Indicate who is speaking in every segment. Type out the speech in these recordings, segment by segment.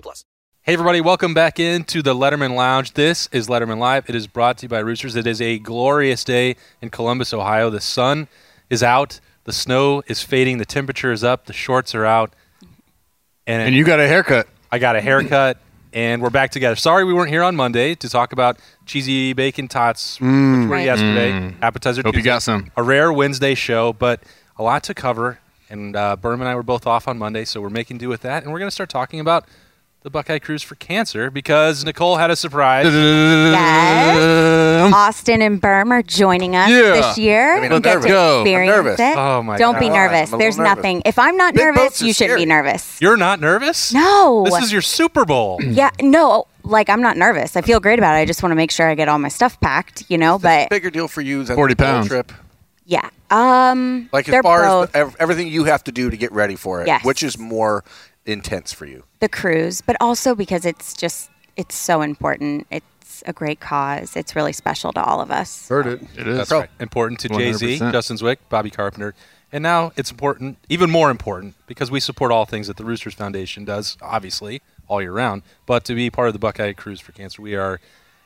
Speaker 1: plus.
Speaker 2: Hey everybody, welcome back into the Letterman Lounge. This is Letterman Live. It is brought to you by Roosters. It is a glorious day in Columbus, Ohio. The sun is out, the snow is fading, the temperature is up, the shorts are out, and,
Speaker 3: And you got a haircut.
Speaker 2: I got a haircut, and we're back together. Sorry we weren't here on Monday to talk about cheesy bacon tots, which were yesterday. Appetizer.
Speaker 3: Mm. Hope you
Speaker 2: Tuesday.
Speaker 3: got some.
Speaker 2: A rare Wednesday show, but a lot to cover. And uh, Berm and I were both off on Monday, so we're making do with that. And we're going to start talking about the Buckeye Cruise for Cancer because Nicole had a surprise.
Speaker 4: Yes. Austin and Berm are joining us
Speaker 3: Yeah.
Speaker 4: this year.
Speaker 3: I mean, I'm
Speaker 4: You get
Speaker 3: nervous.
Speaker 4: to
Speaker 3: Go. I'm
Speaker 4: experience
Speaker 3: nervous.
Speaker 4: it.
Speaker 2: Oh, my
Speaker 4: Don't
Speaker 2: God.
Speaker 4: be
Speaker 2: I'm
Speaker 4: nervous.
Speaker 3: a little
Speaker 4: There's
Speaker 3: nervous.
Speaker 4: nothing. If I'm not
Speaker 3: Big boats
Speaker 4: nervous,
Speaker 3: are
Speaker 4: you shouldn't be
Speaker 3: scary.
Speaker 4: nervous.
Speaker 2: You're not nervous?
Speaker 4: No.
Speaker 2: This is your Super Bowl.
Speaker 4: yeah, no, like I'm not nervous. I feel great about it. I just want to make sure I get all my stuff packed, you know, but
Speaker 5: bigger deal for you than
Speaker 3: 40
Speaker 5: the whole
Speaker 3: pounds.
Speaker 5: trip.
Speaker 4: yeah. Um
Speaker 5: Like
Speaker 4: they're
Speaker 5: as far
Speaker 4: both
Speaker 5: as the, ev- everything you have to do to get ready for it,
Speaker 4: Yes.
Speaker 5: which is more intense for you.
Speaker 4: the cruise, but also because it's just it's so important. It's a great cause. It's really special to all of us.
Speaker 3: Heard it. It is.
Speaker 2: That's right. Important to Jay Z,
Speaker 3: 100%.
Speaker 2: Justin Zwick, Bobby Carpenter. And now it's important, even more important, because we support all things that the Roosters Foundation does, obviously, all year round. But to be part of the Buckeye Cruise for Cancer, we are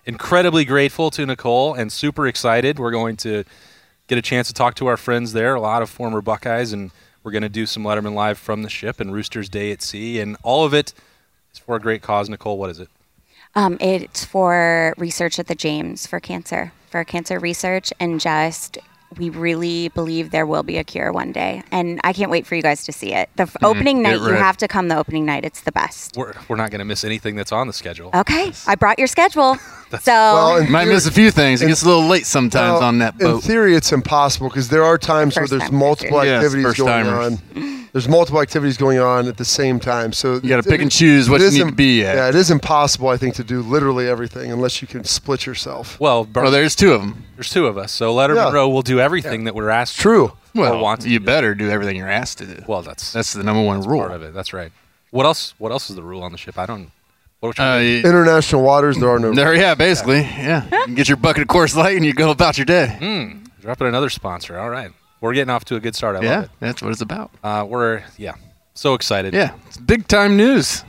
Speaker 2: incredibly grateful to Nicole and super excited. We're going to get a chance to talk to our friends there, a lot of former Buckeyes, and we're going to do some Letterman Live from the ship and Roosters Day at Sea. And all of it is for a great cause. Nicole, what is it?
Speaker 4: Um, it's for research at the James for cancer, for cancer research, and just we really believe there will be a cure one day. And I can't wait for you guys to see it. The
Speaker 5: Mm-hmm.
Speaker 4: f- opening night, you
Speaker 3: ready.
Speaker 4: have to come the opening night. It's the best.
Speaker 2: We're, we're not going to miss anything that's on the schedule.
Speaker 4: Okay. I brought your schedule. so,
Speaker 6: Well, in
Speaker 3: Might
Speaker 6: theory-
Speaker 3: miss a few things. It gets a little late sometimes
Speaker 6: well,
Speaker 3: on that
Speaker 6: In
Speaker 3: boat.
Speaker 6: theory, it's impossible because there are times
Speaker 4: First
Speaker 6: where there's
Speaker 4: timers.
Speaker 6: multiple
Speaker 3: Yes,
Speaker 6: activities
Speaker 3: first
Speaker 6: going
Speaker 3: timers.
Speaker 6: on. There's multiple activities going on at the same time, so
Speaker 3: You gotta pick and choose what
Speaker 6: it
Speaker 3: you
Speaker 6: is
Speaker 3: need to be at.
Speaker 6: Yeah, it is impossible, I think, to do literally everything unless you can split yourself.
Speaker 2: Well, Bert-
Speaker 3: Well, there's two of them.
Speaker 2: There's two of us, so Letterman
Speaker 6: Yeah.
Speaker 2: Row will do everything that we're asked.
Speaker 6: True.
Speaker 2: To, or want to
Speaker 3: you
Speaker 2: do.
Speaker 3: better do everything you're asked to do.
Speaker 2: Well, that's that's
Speaker 3: that's the number one rule.
Speaker 2: part of it. That's right. What else? What else is the rule on the ship? I don't. What
Speaker 3: Uh,
Speaker 2: are we
Speaker 3: you-
Speaker 6: International waters, there are no.
Speaker 3: there, yeah, basically, yeah. You can get your bucket of course light and you go about your day.
Speaker 2: Mm. dropping another sponsor. All right, we're getting off to a good start. I
Speaker 3: Uh, yeah,
Speaker 2: love it.
Speaker 3: that's what it's about.
Speaker 2: Uh, we're yeah, so excited.
Speaker 3: Yeah, it's big time news.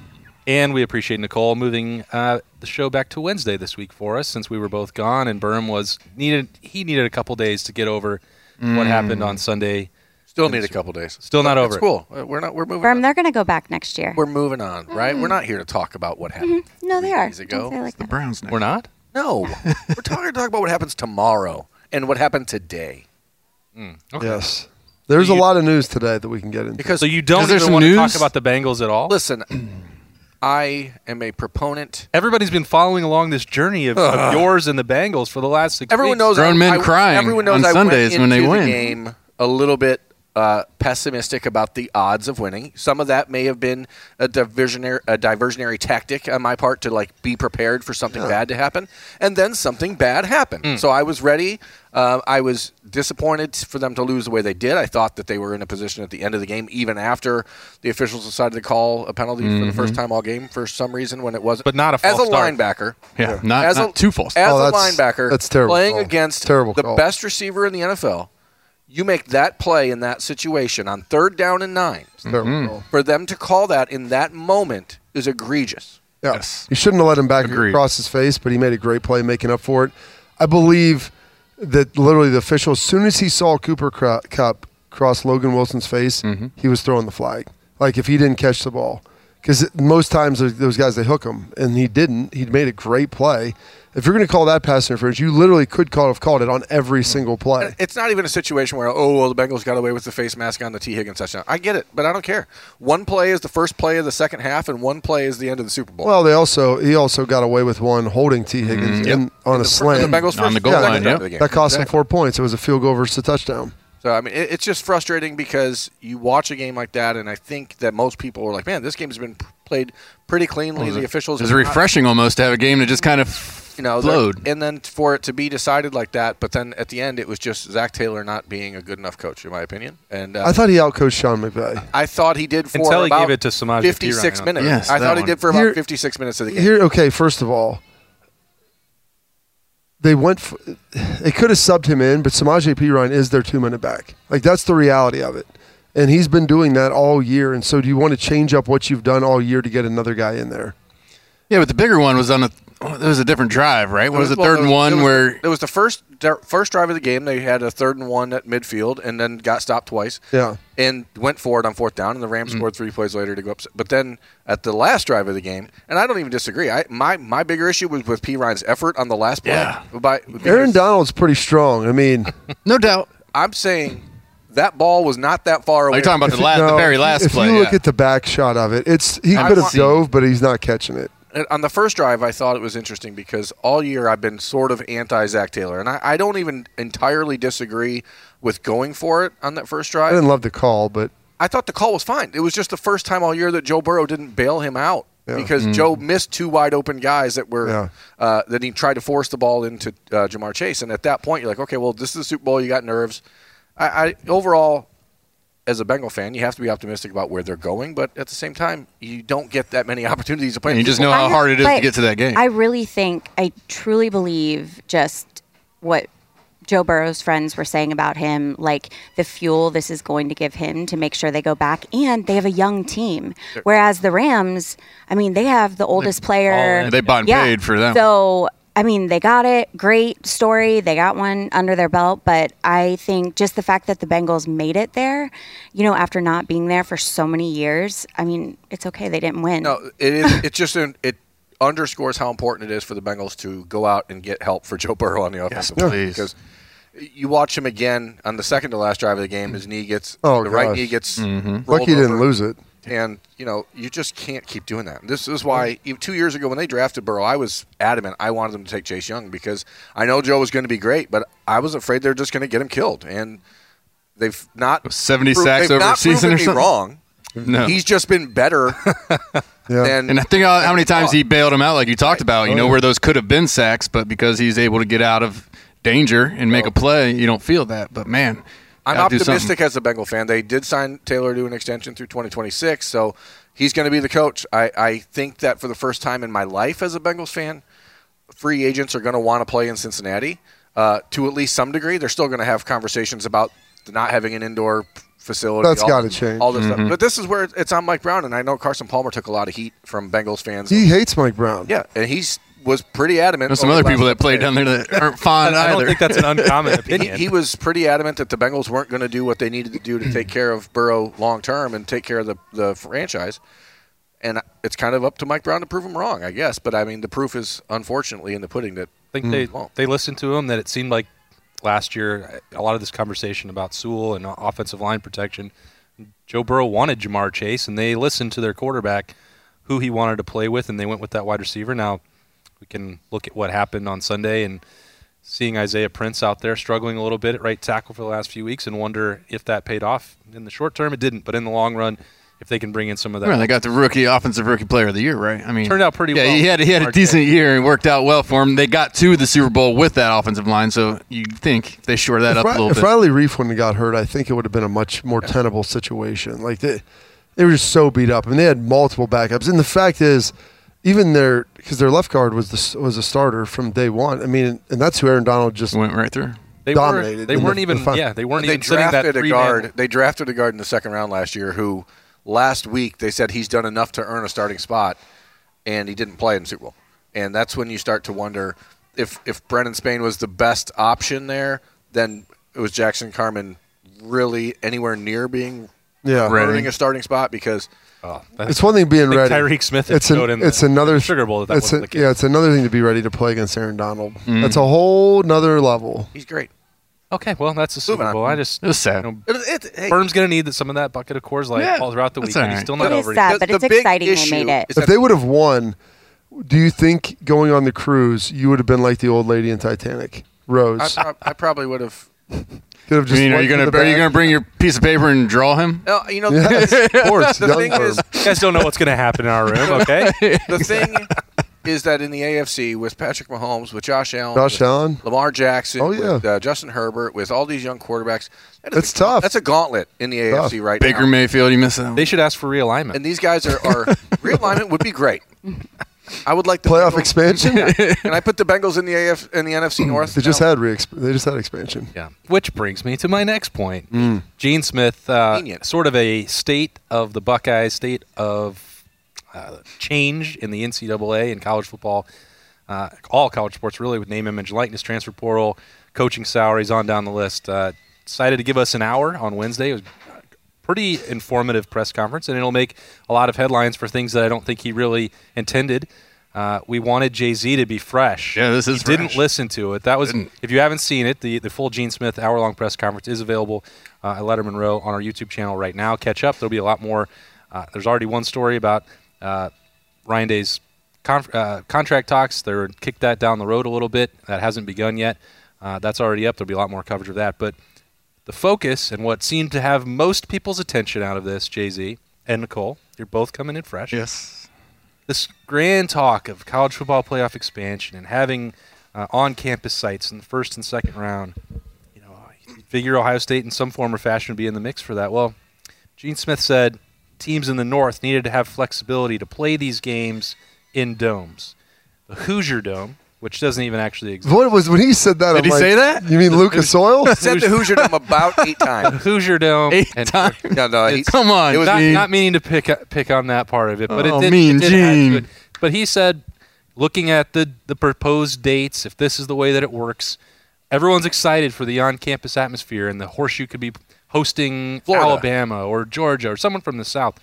Speaker 2: and we appreciate Nicole moving uh, the show back to Wednesday this week for us, since we were both gone and Berm was needed. He needed a couple days to get over what
Speaker 3: Mm.
Speaker 2: happened on Sunday.
Speaker 5: Still need a couple days.
Speaker 2: Still not
Speaker 5: But
Speaker 2: over
Speaker 5: It's
Speaker 2: it.
Speaker 5: cool. Uh, We're not. We're moving.
Speaker 4: Berm,
Speaker 5: on.
Speaker 4: they're going to go back next year.
Speaker 5: We're moving on, right?
Speaker 4: Mm-hmm.
Speaker 5: We're not here to talk about what happened.
Speaker 4: no, they
Speaker 5: three
Speaker 4: are.
Speaker 5: days ago.
Speaker 4: Don't say it like
Speaker 3: The
Speaker 4: that.
Speaker 3: Browns. Next.
Speaker 2: We're not.
Speaker 5: No, we're talking to talk about what happens tomorrow and what happened today.
Speaker 2: Okay.
Speaker 6: Yes. There's a lot of news today that we can get into.
Speaker 2: So you don't
Speaker 3: Is there
Speaker 2: even
Speaker 3: some
Speaker 2: want to talk
Speaker 3: news?
Speaker 2: about the Bengals at all.
Speaker 5: Listen, I am a proponent.
Speaker 2: Everybody's been following along this journey of, of yours and the Bengals for the last six.
Speaker 5: Everyone
Speaker 2: weeks.
Speaker 5: knows
Speaker 3: Grown
Speaker 5: I-
Speaker 3: men
Speaker 5: I-
Speaker 3: crying
Speaker 5: Everyone knows
Speaker 3: on
Speaker 5: I
Speaker 3: Sundays
Speaker 5: went
Speaker 3: when they
Speaker 5: into
Speaker 3: win.
Speaker 5: The game a little bit uh, pessimistic about the odds of winning. Some of that may have been a diversionary, a diversionary tactic on my part to like be prepared for something bad to happen, and then something bad happened.
Speaker 2: Hmm.
Speaker 5: So I was ready. Uh, I was disappointed for them to lose the way they did. I thought that they were in a position at the end of the game, even after the officials decided to call a penalty for the
Speaker 3: Mm-hmm.
Speaker 5: first time all game for some reason when it wasn't.
Speaker 2: But not a
Speaker 5: as
Speaker 2: false
Speaker 5: a
Speaker 2: start.
Speaker 5: linebacker.
Speaker 3: Yeah, not-
Speaker 5: as
Speaker 3: not
Speaker 5: a,
Speaker 3: too false.
Speaker 5: As
Speaker 6: Oh,
Speaker 5: a
Speaker 6: that's-
Speaker 5: linebacker,
Speaker 6: that's terrible
Speaker 5: Playing
Speaker 6: call.
Speaker 5: against
Speaker 6: Terrible
Speaker 5: the
Speaker 6: call.
Speaker 5: best receiver in the NFL, you make that play in that situation on third down and nine.
Speaker 6: There
Speaker 3: Mm-hmm.
Speaker 6: we go.
Speaker 5: For them to call that in that moment is egregious.
Speaker 6: Yeah.
Speaker 3: Yes.
Speaker 6: You shouldn't have let him back
Speaker 3: Agreed.
Speaker 6: across his face, but he made a great play making up for it. I believe that literally the official, as soon as he saw Cooper Cro- Cup cross Logan Wilson's face,
Speaker 3: Mm-hmm.
Speaker 6: he was throwing the flag. Like if he didn't catch the ball. Because most times those- those guys, they hook him, and he didn't. He made a great play. If you're going to call that pass interference, you literally could call have called it on
Speaker 3: Mm-hmm.
Speaker 6: every single play.
Speaker 5: It's not even a situation where, oh, well, the Bengals got away with the face mask on the T. Higgins touchdown. I get it, but I don't care. One play is the first play of the second half, and one play is the end of the Super Bowl.
Speaker 6: Well, they also he also got away with one holding T Higgins
Speaker 3: Mm-hmm.
Speaker 6: in, on a
Speaker 5: the, fir-
Speaker 6: slam.
Speaker 5: the Bengals
Speaker 3: On
Speaker 5: first-
Speaker 3: the goal
Speaker 5: second
Speaker 3: line,
Speaker 5: drive
Speaker 3: yep.
Speaker 5: of the game.
Speaker 6: that cost
Speaker 5: Exactly.
Speaker 6: him four points. It was a field goal versus a touchdown.
Speaker 5: So I mean, it, it's just frustrating because you watch a game like that, and I think that most people are like, "Man, this game has been p- played pretty cleanly. the officials
Speaker 3: It was
Speaker 5: were not-
Speaker 3: refreshing almost to have a game to just kind of
Speaker 5: you know, they're-
Speaker 3: flowed.
Speaker 5: and then for it to be decided like that. But then at the end, it was just Zach Taylor not being a good enough coach, in my opinion. And uh,
Speaker 6: I thought he outcoached Sean McVay.
Speaker 5: I thought he did for
Speaker 2: Until he
Speaker 5: about
Speaker 2: gave it to Samaje Perine, I
Speaker 5: 56
Speaker 2: don't
Speaker 5: minutes.
Speaker 3: think. Yes,
Speaker 5: I
Speaker 3: that
Speaker 5: thought
Speaker 3: one.
Speaker 5: he did for about
Speaker 6: Here-
Speaker 5: 56 minutes of the game.
Speaker 6: Here, okay. First of all, they went. F- they could have subbed him in, but Samaje Perine is their two-minute back. Like that's the reality of it, and he's been doing that all year. And so, do you want to change up what you've done all year to get another guy in there?
Speaker 3: Yeah, but the bigger one was on a. oh, There was a different drive, right? What was the
Speaker 5: Well,
Speaker 3: third
Speaker 5: there
Speaker 3: and
Speaker 5: was-
Speaker 3: one
Speaker 5: there was-
Speaker 3: where?
Speaker 5: there was the first der- first drive of the game. They had a third and one at midfield, and then got stopped twice.
Speaker 6: Yeah.
Speaker 5: and went for it on fourth down, and the
Speaker 3: Mm.
Speaker 5: Rams scored three plays later to go up. But then at the last drive of the game, and I don't even disagree. I my my bigger issue was with P Ryan's effort on the last play.
Speaker 3: Yeah.
Speaker 5: By,
Speaker 6: Aaron Donald's pretty strong. I mean,
Speaker 3: No doubt.
Speaker 5: I'm saying that ball was not that far
Speaker 3: Are
Speaker 5: away.
Speaker 3: you talking about the, last, the
Speaker 6: no,
Speaker 3: very last
Speaker 6: if
Speaker 3: play?
Speaker 6: you look
Speaker 3: yeah.
Speaker 6: at the back shot of it, it's he
Speaker 3: I've
Speaker 6: could have
Speaker 3: seen-
Speaker 6: dove, but he's not catching it.
Speaker 5: And on the first drive, I thought it was interesting because all year I've been sort of anti Zach Taylor, and I, I don't even entirely disagree with going for it on that first
Speaker 6: I
Speaker 5: drive.
Speaker 6: didn't love the call, but
Speaker 5: I thought the call was fine. It was just the first time all year that Joe Burrow didn't bail him out because
Speaker 3: Mm-hmm.
Speaker 5: Joe missed two wide open guys that were
Speaker 6: Yeah.
Speaker 5: uh, that he tried to force the ball into uh, Jamar Chase. And at that point, you're like, okay, well, this is the Super Bowl. You got nerves. I, I overall, as a Bengal fan, you have to be optimistic about where they're going, but at the same time, you don't get that many opportunities to play.
Speaker 3: And you just know how
Speaker 4: I-
Speaker 3: hard it is to
Speaker 4: but
Speaker 3: get to that game.
Speaker 4: I really think, I truly believe just what Joe Burrow's friends were saying about him, like the fuel this is going to give him to make sure they go back. And they have a young team. Whereas the Rams, I mean, they have the oldest player.
Speaker 3: They bought and paid for that.
Speaker 4: So, I mean, they got it. Great story. They got one under their belt. But I think just the fact that the Bengals made it there, you know, after not being there for so many years, I mean, it's okay. They didn't win.
Speaker 5: No, it is. It just an- it underscores how important it is for the Bengals to go out and get help for Joe Burrow on the offensive line
Speaker 3: please.
Speaker 5: because you watch him again on the second to last drive of the game. His knee gets
Speaker 6: Oh,
Speaker 5: the right
Speaker 6: gosh.
Speaker 5: knee gets rolled
Speaker 6: lucky he didn't
Speaker 5: over.
Speaker 6: lose it.
Speaker 5: And you know you just can't keep doing that. This is why even two years ago when they drafted Burrow, I was adamant I wanted them to take Chase Young because I know Joe was going to be great, but I was afraid they're just going to get him killed. And they've not
Speaker 3: 70
Speaker 5: pro-
Speaker 3: sacks
Speaker 5: they've
Speaker 3: over
Speaker 5: not
Speaker 3: a season
Speaker 5: proven
Speaker 3: or
Speaker 5: me
Speaker 3: something?
Speaker 5: Wrong.
Speaker 3: No.
Speaker 5: He's just been better
Speaker 6: Yeah.
Speaker 5: than
Speaker 3: And I think how, how many times he bailed him out, like you talked about, you know, where those could have been sacks, but because he's able to get out of danger and make a play, you don't feel that. But man,
Speaker 5: I'm
Speaker 3: gotta do something.
Speaker 5: optimistic as a Bengal fan. They did sign Taylor to an extension through 2026, so he's going to be the coach. I, I think that for the first time in my life as a Bengals fan, free agents are going to want to play in Cincinnati uh, to at least some degree. They're still going to have conversations about not having an indoor facility.
Speaker 6: That's
Speaker 5: all-
Speaker 6: gotta change.
Speaker 5: All this
Speaker 3: Mm-hmm.
Speaker 5: stuff. But this is where it's on Mike Brown, and I know Carson Palmer took a lot of heat from Bengals fans.
Speaker 6: He hates Mike Brown.
Speaker 5: yeah, and he's was pretty adamant.
Speaker 3: there's some
Speaker 5: over
Speaker 3: other
Speaker 5: the last
Speaker 3: people that
Speaker 5: couple
Speaker 3: played
Speaker 5: days.
Speaker 3: down there that aren't fond
Speaker 2: I don't
Speaker 3: either.
Speaker 2: think that's an uncommon
Speaker 5: He,
Speaker 2: opinion.
Speaker 5: he was pretty adamant that the Bengals weren't going to do what they needed to do to take care of Burrow long term and take care of the, the franchise. And it's kind of up to Mike Brown to prove him wrong, I guess. But I mean, the proof is unfortunately in the pudding that
Speaker 2: I think they they listened to him. That it seemed like last year a lot of this conversation about Sewell and offensive line protection. Joe Burrow wanted Jamar Chase, and they listened to their quarterback, who he wanted to play with, and they went with that wide receiver. Now we can look at what happened on Sunday and seeing Isaiah Prince out there struggling a little bit at right tackle for the last few weeks, and wonder if that paid off in the short term. It didn't, but in the long run, if they can bring in some of that,
Speaker 3: Right, they got the rookie offensive rookie player of the year, right? I mean,
Speaker 2: Turned out pretty
Speaker 3: yeah,
Speaker 2: well.
Speaker 3: he had he had a
Speaker 2: Marquette.
Speaker 3: decent year and worked out well for him. They got to the Super Bowl with that offensive line, so you think they shore that
Speaker 6: If,
Speaker 3: up
Speaker 6: Ri-
Speaker 3: a little
Speaker 6: if
Speaker 3: bit.
Speaker 6: Riley Reef wouldn't have got hurt, I think it would have been a much more tenable situation. Like they, they were just so beat up, I mean, they had multiple backups. And the fact is, even their because their left guard was the, s- was a starter from day one. I mean, and that's who Aaron Donald just.
Speaker 3: Went right through.
Speaker 2: they
Speaker 6: dominated
Speaker 2: weren't, they
Speaker 6: in the-
Speaker 2: weren't
Speaker 6: the
Speaker 2: even
Speaker 6: fin-
Speaker 2: yeah they weren't
Speaker 5: they
Speaker 2: even sitting that
Speaker 5: drafted a
Speaker 2: three-man
Speaker 5: guard. They drafted a guard in the second round last year who last week they said he's done enough to earn a starting spot, and he didn't play in the Super Bowl. And that's when you start to wonder if if Brennan Spain was the best option there, then it was Jackson Carmen really anywhere near being
Speaker 6: Yeah.
Speaker 5: earning a starting spot because
Speaker 6: It's one thing being
Speaker 2: I
Speaker 6: ready.
Speaker 2: think Tyreek Smith had
Speaker 6: It's, an-
Speaker 2: showed in the
Speaker 6: it's another
Speaker 2: Sugar Bowl that that
Speaker 6: it's
Speaker 2: wasn't
Speaker 6: a-
Speaker 2: the case.
Speaker 6: Yeah, it's another thing to be ready to play against Aaron Donald.
Speaker 3: Mm-hmm.
Speaker 6: That's a whole nother level.
Speaker 5: he's great.
Speaker 2: Okay, well that's the Super
Speaker 5: Moving on.
Speaker 2: Bowl. I just
Speaker 3: It was sad.
Speaker 2: You know,
Speaker 5: It, it, hey,
Speaker 2: Firm's gonna need some of that bucket of Coors Light
Speaker 3: Yeah,
Speaker 2: all throughout the
Speaker 3: that's
Speaker 2: week.
Speaker 3: all
Speaker 2: and He's
Speaker 3: right.
Speaker 2: still not
Speaker 4: It is
Speaker 2: over. it
Speaker 4: sad.
Speaker 2: yet.
Speaker 4: Yeah, but it's
Speaker 5: big
Speaker 4: exciting they
Speaker 5: issue
Speaker 4: made it.
Speaker 5: is
Speaker 6: If
Speaker 5: that
Speaker 6: they would have won, do you think going on the cruise, you would have been like the old lady in Titanic, Rose?
Speaker 5: I, I, I probably would have
Speaker 6: Could have
Speaker 3: I
Speaker 6: just
Speaker 3: mean, are
Speaker 6: wiped
Speaker 3: you
Speaker 6: in
Speaker 3: gonna
Speaker 6: the
Speaker 3: are you
Speaker 6: back.
Speaker 3: gonna bring your piece of paper and draw him?
Speaker 5: No, Oh, you know,
Speaker 6: Yes, of course.
Speaker 5: the
Speaker 6: young
Speaker 5: thing
Speaker 6: bird.
Speaker 5: is,
Speaker 2: You guys don't know what's going to happen in our room, okay?
Speaker 5: the thing is that in the AFC with Patrick Mahomes, with Josh Allen,
Speaker 6: Josh
Speaker 5: with
Speaker 6: Allen.
Speaker 5: Lamar Jackson,
Speaker 6: Oh,
Speaker 5: with,
Speaker 6: yeah.
Speaker 5: uh, Justin Herbert, with all these young quarterbacks, that is
Speaker 6: It's
Speaker 5: a gaunt-
Speaker 6: tough.
Speaker 5: That's a gauntlet in the AFC
Speaker 6: Tough.
Speaker 5: right
Speaker 3: Baker
Speaker 5: now.
Speaker 3: Mayfield, you miss that.
Speaker 2: They should ask for realignment.
Speaker 5: and these guys are, are realignment would be great. I would like the
Speaker 6: playoff
Speaker 5: Bengals-
Speaker 6: expansion.
Speaker 5: Can I put the Bengals in the AF in the NFC North?
Speaker 6: They just
Speaker 5: now?
Speaker 6: had re they just had expansion.
Speaker 2: Yeah. Which brings me to my next point. Gene Smith, uh,
Speaker 5: Convenient.
Speaker 2: sort of a state of the Buckeyes, state of uh, change in the NCAA and college football, uh, all college sports really, with name, image, likeness, transfer portal, coaching salaries, on down the list. Uh, decided to give us an hour on Wednesday. It was a pretty informative press conference, and it'll make a lot of headlines for things that I don't think he really intended. Uh, we wanted Jay Z to be fresh.
Speaker 3: Yeah, this
Speaker 2: He
Speaker 3: is
Speaker 2: didn't
Speaker 3: fresh.
Speaker 2: listen to it. That was
Speaker 3: Didn't.
Speaker 2: if you haven't seen it, the, the full Gene Smith hour long press conference is available uh, at Letterman Row on our YouTube channel right now. Catch up. There'll be a lot more. Uh, there's already one story about uh, Ryan Day's con- uh, contract talks. They're kicked that down the road a little bit. That hasn't begun yet. Uh, that's already up. There'll be a lot more coverage of that. But the focus and what seemed to have most people's attention out of this, Jay Z and Nicole, you're both coming in fresh
Speaker 3: Yes.
Speaker 2: this grand talk of college football playoff expansion and having uh, on-campus sites in the first and second round, you know, you figure Ohio State in some form or fashion would be in the mix for that. Well, Gene Smith said teams in the North needed to have flexibility to play these games in domes. The Hoosier Dome, which doesn't even actually exist.
Speaker 6: What was when he said that? Did
Speaker 3: he say that?
Speaker 6: You mean Lucas Oil?
Speaker 5: said the Hoosier Dome about eight times.
Speaker 2: Hoosier Dome.
Speaker 3: Eight
Speaker 2: and- uh,
Speaker 3: times.
Speaker 5: No, no, he-
Speaker 3: Come on,
Speaker 5: It was
Speaker 3: Gene.
Speaker 2: not, not meaning to pick pick on that part of it, but
Speaker 3: Oh,
Speaker 2: it did,
Speaker 3: mean
Speaker 2: it did add to
Speaker 3: Gene.
Speaker 2: it. But he said, looking at the the proposed dates, if this is the way that it works, everyone's excited for the on-campus atmosphere, and the horseshoe could be hosting
Speaker 5: Florida.
Speaker 2: Alabama or Georgia or someone from the South.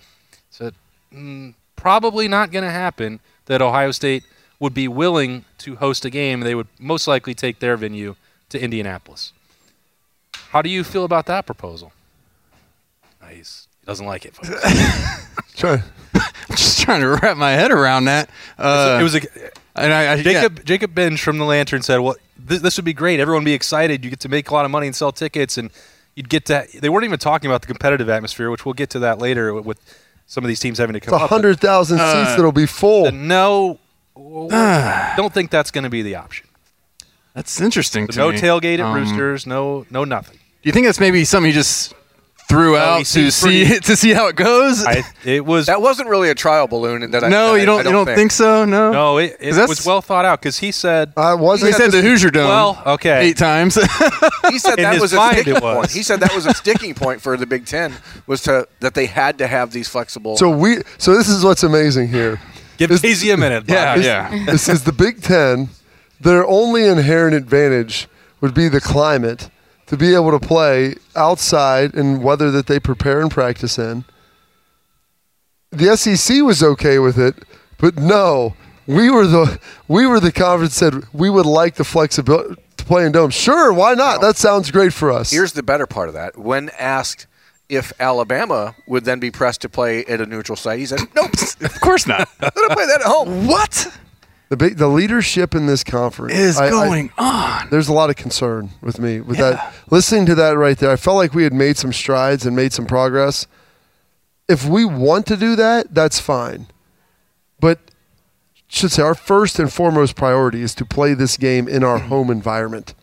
Speaker 2: So mm, probably not going to happen that Ohio State would be willing to host a game. They would most likely take their venue to Indianapolis. How do you feel about that proposal? Nice. He doesn't like it. folks.
Speaker 3: Uh,
Speaker 6: Try-
Speaker 3: I'm just trying to wrap my head around that. Uh,
Speaker 2: it was a
Speaker 3: and I, I
Speaker 2: Jacob Jacob Bench from the Lantern said, "Well, this, this would be great. Everyone would be excited. You get to make a lot of money and sell tickets, and you'd get to." They weren't even talking about the competitive atmosphere, which we'll get to that later with- with some of these teams having to
Speaker 6: It's
Speaker 2: come
Speaker 6: a
Speaker 2: up.
Speaker 6: hundred thousand
Speaker 3: Uh,
Speaker 6: seats that'll be full.
Speaker 2: But No,
Speaker 6: Ah.
Speaker 2: don't think that's going to be the option.
Speaker 3: yeah, that's interesting.
Speaker 2: But
Speaker 3: to
Speaker 2: no
Speaker 3: me.
Speaker 2: tailgate at
Speaker 3: Um,
Speaker 2: Roosters. No, no nothing.
Speaker 3: Do you think that's maybe something he just threw
Speaker 2: he
Speaker 3: out to
Speaker 2: seems
Speaker 3: see
Speaker 2: pretty-
Speaker 3: to see how it goes?
Speaker 2: I, it was
Speaker 5: That wasn't really a trial balloon. That I,
Speaker 3: no,
Speaker 5: that I-
Speaker 3: you don't.
Speaker 5: I
Speaker 3: you don't think, so? No.
Speaker 2: no. It, it
Speaker 3: 'Cause that's-
Speaker 2: was well thought out because he said
Speaker 6: I
Speaker 3: So
Speaker 6: wasn't.
Speaker 3: he said the Hoosier Dome.
Speaker 2: Well, okay.
Speaker 3: Eight times.
Speaker 5: He said
Speaker 2: In
Speaker 5: that
Speaker 2: his
Speaker 5: was a
Speaker 2: mind,
Speaker 5: sticking
Speaker 2: it was.
Speaker 5: point. He said that was a sticking point for the Big Ten was to that they had to have these flexible.
Speaker 6: So we. So this is what's amazing here.
Speaker 2: give
Speaker 6: Is-
Speaker 2: Daisy a minute.
Speaker 3: yeah,
Speaker 2: Bob.
Speaker 3: yeah.
Speaker 6: this is the Big Ten. Their only inherent advantage would be the climate to be able to play outside and weather that they prepare and practice in. The SEC was okay with it, but no, we were the we were the conference that said we would like the flexibility to play in domes. Sure, why not? That sounds great for us.
Speaker 5: Here's the better part of that. When asked if Alabama would then be pressed to play at a neutral site, he said, "Nope,
Speaker 3: Of course not.
Speaker 5: I'm going to play that at home."
Speaker 3: what
Speaker 6: the big, the leadership in this conference
Speaker 3: is
Speaker 6: I- I-
Speaker 3: going on?
Speaker 6: there's a lot of concern with me with that listening to that right there i felt like we had made some strides and made some progress if we want to do that that's fine but should say our first and foremost priority is to play this game in our home environment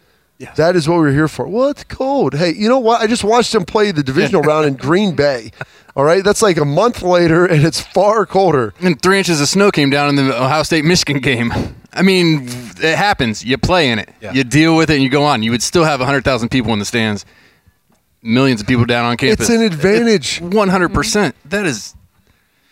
Speaker 6: that is what we're here for. Well, it's cold. Hey, you know what? I just watched them play the divisional round in Green Bay. All right, that's like a month later, and it's far colder.
Speaker 3: And three inches of snow came down in the Ohio State Michigan game. I mean, it happens. You play in it.
Speaker 2: Yeah.
Speaker 3: You deal with it, and you go on. You would still have hundred thousand people in the stands, millions of people down on campus.
Speaker 6: It's an advantage.
Speaker 3: One hundred percent. That is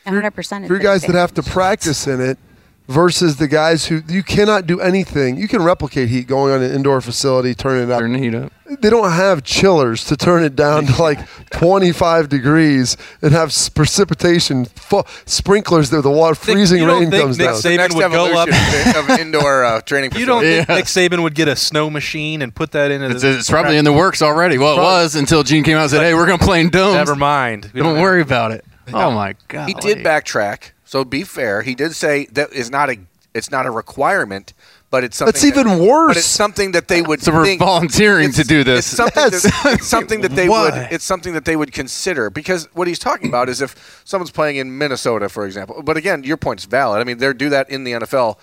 Speaker 4: 100%. is
Speaker 6: Three
Speaker 4: an
Speaker 6: guys that
Speaker 4: advantage.
Speaker 6: have to practice in it versus the guys who you cannot do anything. You can replicate heat going on an indoor facility, turning it up.
Speaker 3: turning the heat up.
Speaker 6: They don't have chillers to turn it down to like 25 degrees and have s- precipitation fo- sprinklers that the water
Speaker 2: Think-
Speaker 6: freezing
Speaker 2: you don't
Speaker 6: rain
Speaker 2: think
Speaker 6: comes
Speaker 2: Nick
Speaker 6: down.
Speaker 2: Saban
Speaker 5: Next
Speaker 2: would go up-
Speaker 5: evolution of indoor uh, training.
Speaker 2: You don't think
Speaker 3: Yeah.
Speaker 2: Nick Saban would get a snow machine and put that into
Speaker 3: It's,
Speaker 2: the
Speaker 3: it's probably in the works already. Well, it was until Gene came out and said, "Hey, we're going to play in domes."
Speaker 2: Never mind. We
Speaker 3: Don't
Speaker 2: have-
Speaker 3: worry about it. Oh my god.
Speaker 5: He did backtrack. So be fair. He did say that is not a It's not a requirement, but it's something
Speaker 6: That's
Speaker 5: that-
Speaker 6: even
Speaker 5: But it's
Speaker 6: worse.
Speaker 5: something that they would.
Speaker 3: So we're
Speaker 5: think-
Speaker 3: volunteering
Speaker 5: it's-
Speaker 3: to do this.
Speaker 5: It's something,
Speaker 6: Yes.
Speaker 5: that, it's something that they
Speaker 3: Why?
Speaker 5: would. It's something that they would consider because what he's talking about is if someone's playing in Minnesota, for example. But again, your point's valid. I mean, they do that in the NFL.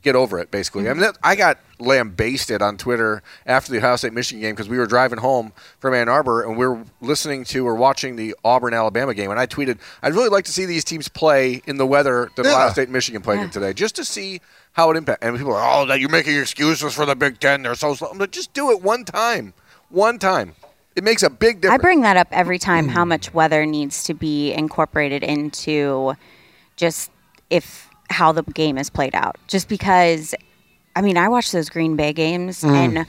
Speaker 5: Get over it, basically. I mean, that, I got lambasted on Twitter after the Ohio State Michigan game because we were driving home from Ann Arbor and we were listening to or watching the Auburn Alabama game, and I tweeted, "I'd really like to see these teams play in the weather that Ohio
Speaker 6: Yeah.
Speaker 5: State Michigan played in today, just to see." How it impacts, and people are, oh, that you're making excuses for the Big Ten. They're so slow. I'm like, just do it one time, one time. It makes a big
Speaker 4: I
Speaker 5: difference.
Speaker 4: bring that up
Speaker 6: Hmm.
Speaker 4: every time how much weather needs to be incorporated into just if how the game is played out. Just because, I mean, I watch those Green Bay games
Speaker 6: Hmm.
Speaker 4: and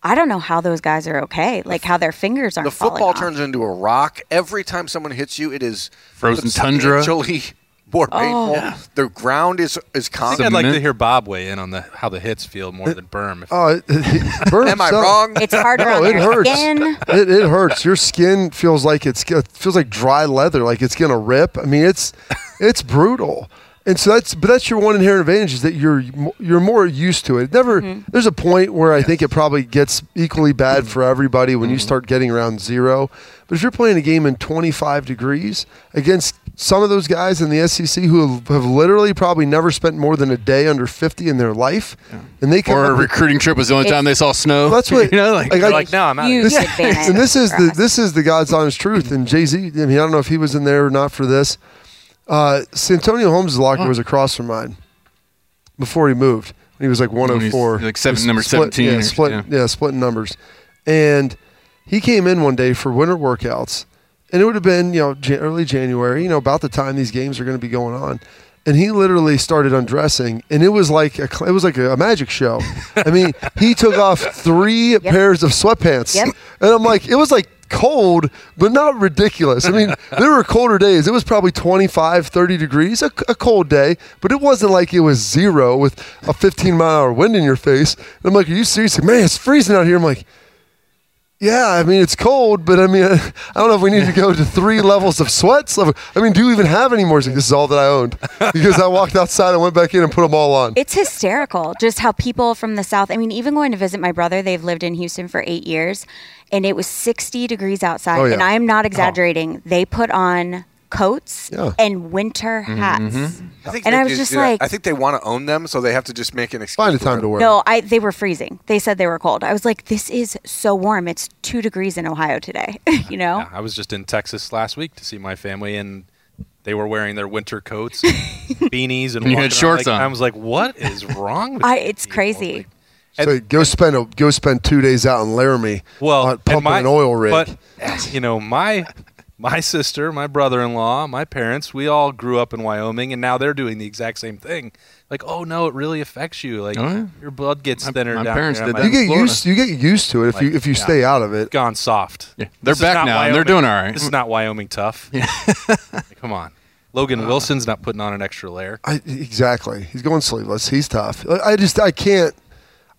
Speaker 4: I don't know how those guys are okay, like how their fingers aren't.
Speaker 5: the football
Speaker 4: falling off.
Speaker 5: turns into a rock every time someone hits you. It is
Speaker 3: Frozen tundra.
Speaker 5: substantially more
Speaker 4: Oh.
Speaker 5: painful. The ground is is
Speaker 2: I think I'd
Speaker 5: constant.
Speaker 2: like to
Speaker 3: Submit.
Speaker 2: hear Bob weigh in on the how the hits feel more than Berm. If,
Speaker 6: Oh, it, it burns
Speaker 5: Am I
Speaker 6: up.
Speaker 5: wrong?
Speaker 4: It's harder
Speaker 6: No,
Speaker 4: on
Speaker 6: Oh, it
Speaker 4: their
Speaker 6: hurts.
Speaker 4: skin.
Speaker 6: It, it hurts. Your skin feels like it's it feels like dry leather, like it's gonna rip. I mean, it's it's brutal. And so that's but that's your one inherent advantage is that you're mo- you're more used to it. it never there's a point where I think it probably gets equally bad for everybody when you start getting around zero. But if you're playing a game in 25 degrees against some of those guys in the SEC who have, have literally probably never spent more than a day under 50 in their life, and they come
Speaker 3: Or a
Speaker 6: up with-
Speaker 3: recruiting trip was the only
Speaker 4: It's-
Speaker 3: time they saw snow.
Speaker 6: That's what-
Speaker 3: you know, like,
Speaker 6: like,
Speaker 2: they're
Speaker 6: I-
Speaker 2: like, no, I'm out.
Speaker 4: Huge
Speaker 6: Yeah.
Speaker 4: advantage.
Speaker 6: and this is
Speaker 4: for
Speaker 6: the
Speaker 4: us.
Speaker 6: this is the God's honest truth. And Jay Z, I mean, I don't know if he was in there or not for this. Uh, Santonio Holmes' locker was across from mine before he moved. He was like one
Speaker 3: When
Speaker 6: hundred
Speaker 3: he's,
Speaker 6: four,
Speaker 3: like, seven- number 17
Speaker 6: Yeah,
Speaker 3: or-
Speaker 6: split,
Speaker 3: yeah.
Speaker 6: yeah, splitting numbers. And he came in one day for winter workouts, and it would have been you know Jan- early January, you know about the time these games are going to be going on. And he literally started undressing, and it was like a cl- it was like a, a magic show. I mean, he took off three pairs of sweatpants,
Speaker 4: Yep.
Speaker 6: and I'm like, it was like cold, but not ridiculous. I mean, there were colder days. It was probably 25, 30 degrees, a, a cold day, but it wasn't like it was zero with a 15 mile an hour wind in your face. And I'm like, are you serious? Man, it's freezing out here. I'm like, yeah, I mean it's cold, but I mean I don't know if we need to go to three levels of sweats. Level. I mean, do you even have any more? It's like, This is all that I owned because I walked outside and went back in and put them all on.
Speaker 4: It's hysterical just how people from the South. I mean, even going to visit my brother, they've lived in Houston for eight years, and it was 60 degrees outside.
Speaker 6: Oh, yeah.
Speaker 4: And I am not exaggerating. They put on coats
Speaker 6: Yeah.
Speaker 4: and winter hats.
Speaker 5: I think
Speaker 4: and
Speaker 5: they
Speaker 4: I was
Speaker 5: do
Speaker 4: just
Speaker 5: that.
Speaker 4: like-
Speaker 5: I think they want to own them, so they have to just make an excuse.
Speaker 6: Find a time to wear.
Speaker 4: No, I they were freezing. They said they were cold. I was like, this is so warm. It's two degrees in Ohio today. you know,
Speaker 2: I was just in Texas last week to see my family, and they were wearing their winter coats, and beanies, and
Speaker 3: And
Speaker 2: walking
Speaker 3: you had
Speaker 2: around
Speaker 3: shorts
Speaker 2: like-
Speaker 3: on.
Speaker 2: I was like, what is wrong? with
Speaker 4: I,
Speaker 2: you
Speaker 4: it's
Speaker 2: people?
Speaker 4: crazy.
Speaker 6: them. So go spend a, go spend two days out in Laramie,
Speaker 2: well,
Speaker 6: uh,
Speaker 2: and
Speaker 6: pumping
Speaker 2: my-
Speaker 6: an oil rig.
Speaker 2: But you know, my my sister, my brother-in-law, my parents, we all grew up in Wyoming, and now they're doing the exact same thing. Like, oh no, it really affects you. Like
Speaker 3: Oh, yeah.
Speaker 2: your blood gets
Speaker 3: My-
Speaker 2: thinner.
Speaker 3: my
Speaker 2: down
Speaker 3: parents
Speaker 2: here.
Speaker 3: did
Speaker 2: I'm
Speaker 6: you
Speaker 2: like,
Speaker 6: get
Speaker 3: Florida.
Speaker 6: used you get used to it if you
Speaker 2: Like,
Speaker 6: if you
Speaker 2: yeah.
Speaker 6: stay out of it.
Speaker 2: gone soft.
Speaker 3: Yeah. They're
Speaker 2: This is
Speaker 3: back
Speaker 2: not
Speaker 3: now, and they're doing all right.
Speaker 2: This is not Wyoming tough. Come on, Logan
Speaker 3: Uh,
Speaker 2: Wilson's not putting on an extra layer.
Speaker 6: I, exactly. He's going sleeveless. He's tough. I I just I can't.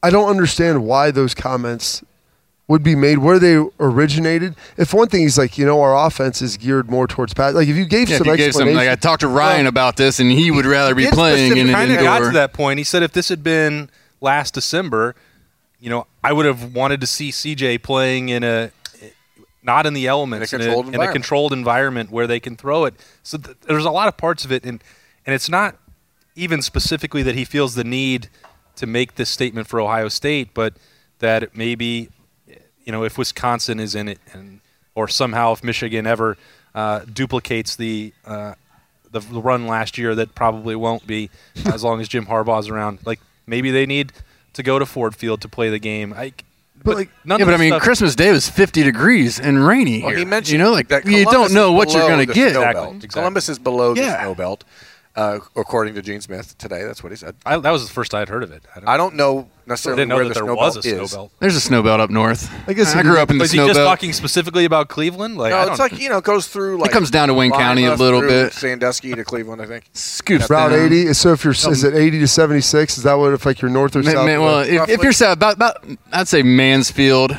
Speaker 6: I don't understand why those comments would be made where they originated. If one thing he's like, you know, our offense is geared more towards pass. Like if you gave
Speaker 3: yeah, if
Speaker 6: some
Speaker 3: you gave
Speaker 6: explanation,
Speaker 3: some, like I talked to Ryan about this, and he would rather be
Speaker 2: did
Speaker 3: playing in
Speaker 2: specific-
Speaker 3: an
Speaker 2: kinda
Speaker 3: indoor.
Speaker 2: got to that point. He said if this had been last December, you know, I would have wanted to see CJ playing in a not in the elements in a, in
Speaker 5: controlled
Speaker 2: a
Speaker 5: environment.
Speaker 2: controlled environment where they can throw it. So th- there's a lot of parts of it, and and it's not even specifically that he feels the need to make this statement for Ohio State, but that maybe you know if Wisconsin is in it, and or somehow if Michigan ever uh, duplicates the uh, the the run last year, that probably won't be as long as Jim Harbaugh's around. Like maybe they need to go to Ford Field to play the game. I,
Speaker 6: but like
Speaker 2: none
Speaker 3: yeah,
Speaker 2: of
Speaker 3: but
Speaker 2: the
Speaker 3: I mean,
Speaker 2: stuff-
Speaker 3: Christmas Day was 50 degrees and rainy
Speaker 5: Well,
Speaker 3: here.
Speaker 5: he mentioned
Speaker 3: you know, like
Speaker 5: that
Speaker 3: you
Speaker 5: Columbus
Speaker 3: don't know
Speaker 5: is
Speaker 3: what you're
Speaker 5: below
Speaker 3: going
Speaker 5: the
Speaker 3: to get.
Speaker 5: snow
Speaker 2: Exactly,
Speaker 5: belt.
Speaker 2: exactly.
Speaker 5: Columbus is below the
Speaker 3: Yeah.
Speaker 5: snow belt, uh, according to Gene Smith today. That's what he said.
Speaker 2: I, that was the first I had heard of it. I don't,
Speaker 5: I don't know
Speaker 2: I
Speaker 5: necessarily
Speaker 2: didn't know
Speaker 5: where
Speaker 2: that
Speaker 5: the
Speaker 2: there
Speaker 5: snow
Speaker 2: was
Speaker 5: belt
Speaker 2: a snow
Speaker 5: is.
Speaker 2: belt.
Speaker 3: There's a snow belt up north.
Speaker 6: I guess
Speaker 3: I
Speaker 6: he-
Speaker 3: grew up in the
Speaker 2: Was he
Speaker 3: snow
Speaker 2: just
Speaker 3: belt.
Speaker 2: talking specifically about Cleveland? Like, I
Speaker 5: No,
Speaker 2: don't-
Speaker 5: it's like you know, it goes through. Like
Speaker 3: comes down to Wayne County a
Speaker 5: Lima
Speaker 3: little
Speaker 5: through
Speaker 3: bit.
Speaker 5: Sandusky to Cleveland, I think.
Speaker 3: Scoops
Speaker 6: Route
Speaker 3: down.
Speaker 6: 80. So if you're, is it 80 to 76? Is that what if like you're north or
Speaker 3: Ma-
Speaker 6: south?
Speaker 3: ma- well, if, if
Speaker 5: roughly?
Speaker 3: you're south, about, about I'd say Mansfield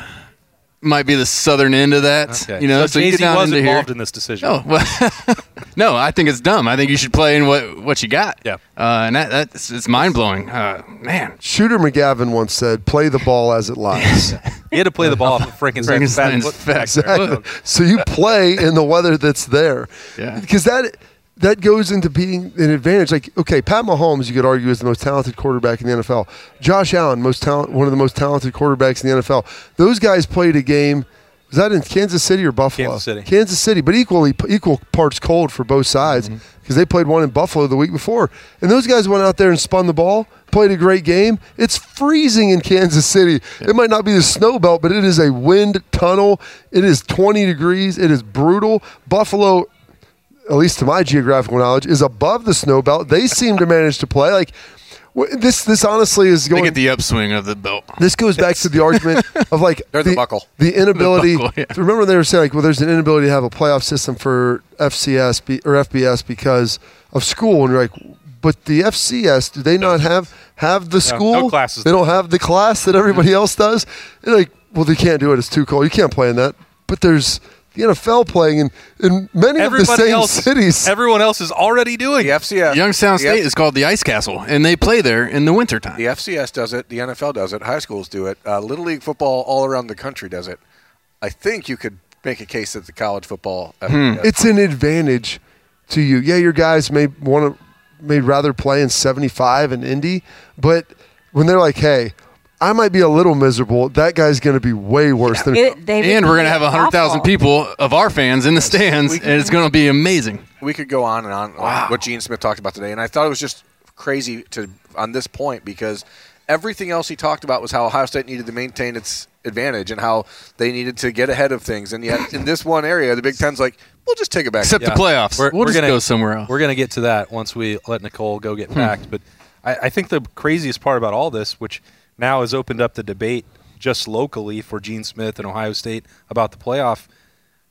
Speaker 3: might be the southern end of that.
Speaker 2: Okay.
Speaker 3: You know, so,
Speaker 2: so,
Speaker 3: you
Speaker 2: Jay
Speaker 3: get
Speaker 2: Z
Speaker 3: down
Speaker 2: was
Speaker 3: into
Speaker 2: involved
Speaker 3: here.
Speaker 2: in this decision.
Speaker 3: No, well, no, I think it's dumb. I think you should play in what what you got.
Speaker 2: Yeah.
Speaker 3: uh, and that, that's it's mind blowing. Uh, man,
Speaker 6: Shooter McGavin once said, "Play the ball as it lies."
Speaker 2: He had to play the ball off of Frankenstein's,
Speaker 3: Frankenstein's
Speaker 2: fat
Speaker 3: facts.
Speaker 2: foot-
Speaker 6: Exactly. so you play in the weather that's there.
Speaker 3: Yeah.
Speaker 6: Because that that goes into being an advantage. Like, okay, Pat Mahomes, you could argue, is the most talented quarterback in the NFL. Josh Allen, most talent, one of the most talented quarterbacks in the NFL. Those guys played a game. Was that in Kansas City or Buffalo?
Speaker 2: Kansas City.
Speaker 6: Kansas City, but equally equal parts cold for both sides
Speaker 3: Mm-hmm.
Speaker 6: because they played one in Buffalo the week before, and those guys went out there and spun the ball, played a great game. It's freezing in Kansas City. It might not be the snow belt, but it is a wind tunnel. It is 20 degrees. It is brutal. Buffalo at least to my geographical knowledge, is above the snow belt. They seem to manage to play like wh- this. This honestly is
Speaker 3: they
Speaker 6: going.
Speaker 3: get the upswing of the belt.
Speaker 6: this goes back to the argument of like
Speaker 5: They're the buckle.
Speaker 6: the inability.
Speaker 3: The buckle, yeah.
Speaker 6: Remember, they were saying like, well, there's an inability to have a playoff system for FCS be- or FBS because of school, and you're like, but the FCS, do they not have have the school?
Speaker 2: no classes.
Speaker 6: They don't have the class that everybody else does. They're like, well, they can't do it. It's too cold. You can't play in that. But there's the NFL playing in, in many of the
Speaker 2: Everybody
Speaker 6: same
Speaker 2: else,
Speaker 6: cities.
Speaker 2: everyone else is already doing.
Speaker 5: The
Speaker 2: it.
Speaker 5: FCS.
Speaker 3: Youngstown
Speaker 5: the F-
Speaker 3: State is called the Ice Castle, and they play there in the wintertime.
Speaker 5: The FCS does it. The NFL does it. High schools do it. Uh, Little League football all around the country does it. I think you could make a case that the college football. uh,
Speaker 2: Hmm.
Speaker 5: FBS
Speaker 6: it's an advantage to you. Yeah, your guys may want to, may rather play in 75 and Indy, but when they're like, hey, I might be a little miserable, that guy's going to be way worse than.
Speaker 4: It- they would
Speaker 3: And we're going
Speaker 4: be
Speaker 3: to have 100,000
Speaker 4: awful.
Speaker 3: people of our fans in the stands, and it's going to be amazing.
Speaker 5: we could go on and on on what Gene Smith talked about today, and I thought it was just crazy to on this point because everything else he talked about was how Ohio State needed to maintain its advantage and how they needed to get ahead of things, and yet in this one area, the Big Ten's like, we'll just take it back.
Speaker 3: Except the playoffs.
Speaker 2: We're,
Speaker 3: we'll
Speaker 2: we're
Speaker 3: just
Speaker 2: gonna
Speaker 3: go somewhere else. Hmm.
Speaker 2: We're going to get to that once we let Nicole go get packed. But I, I think the craziest part about all this, which now has opened up the debate just locally for Gene Smith and Ohio State about the playoff,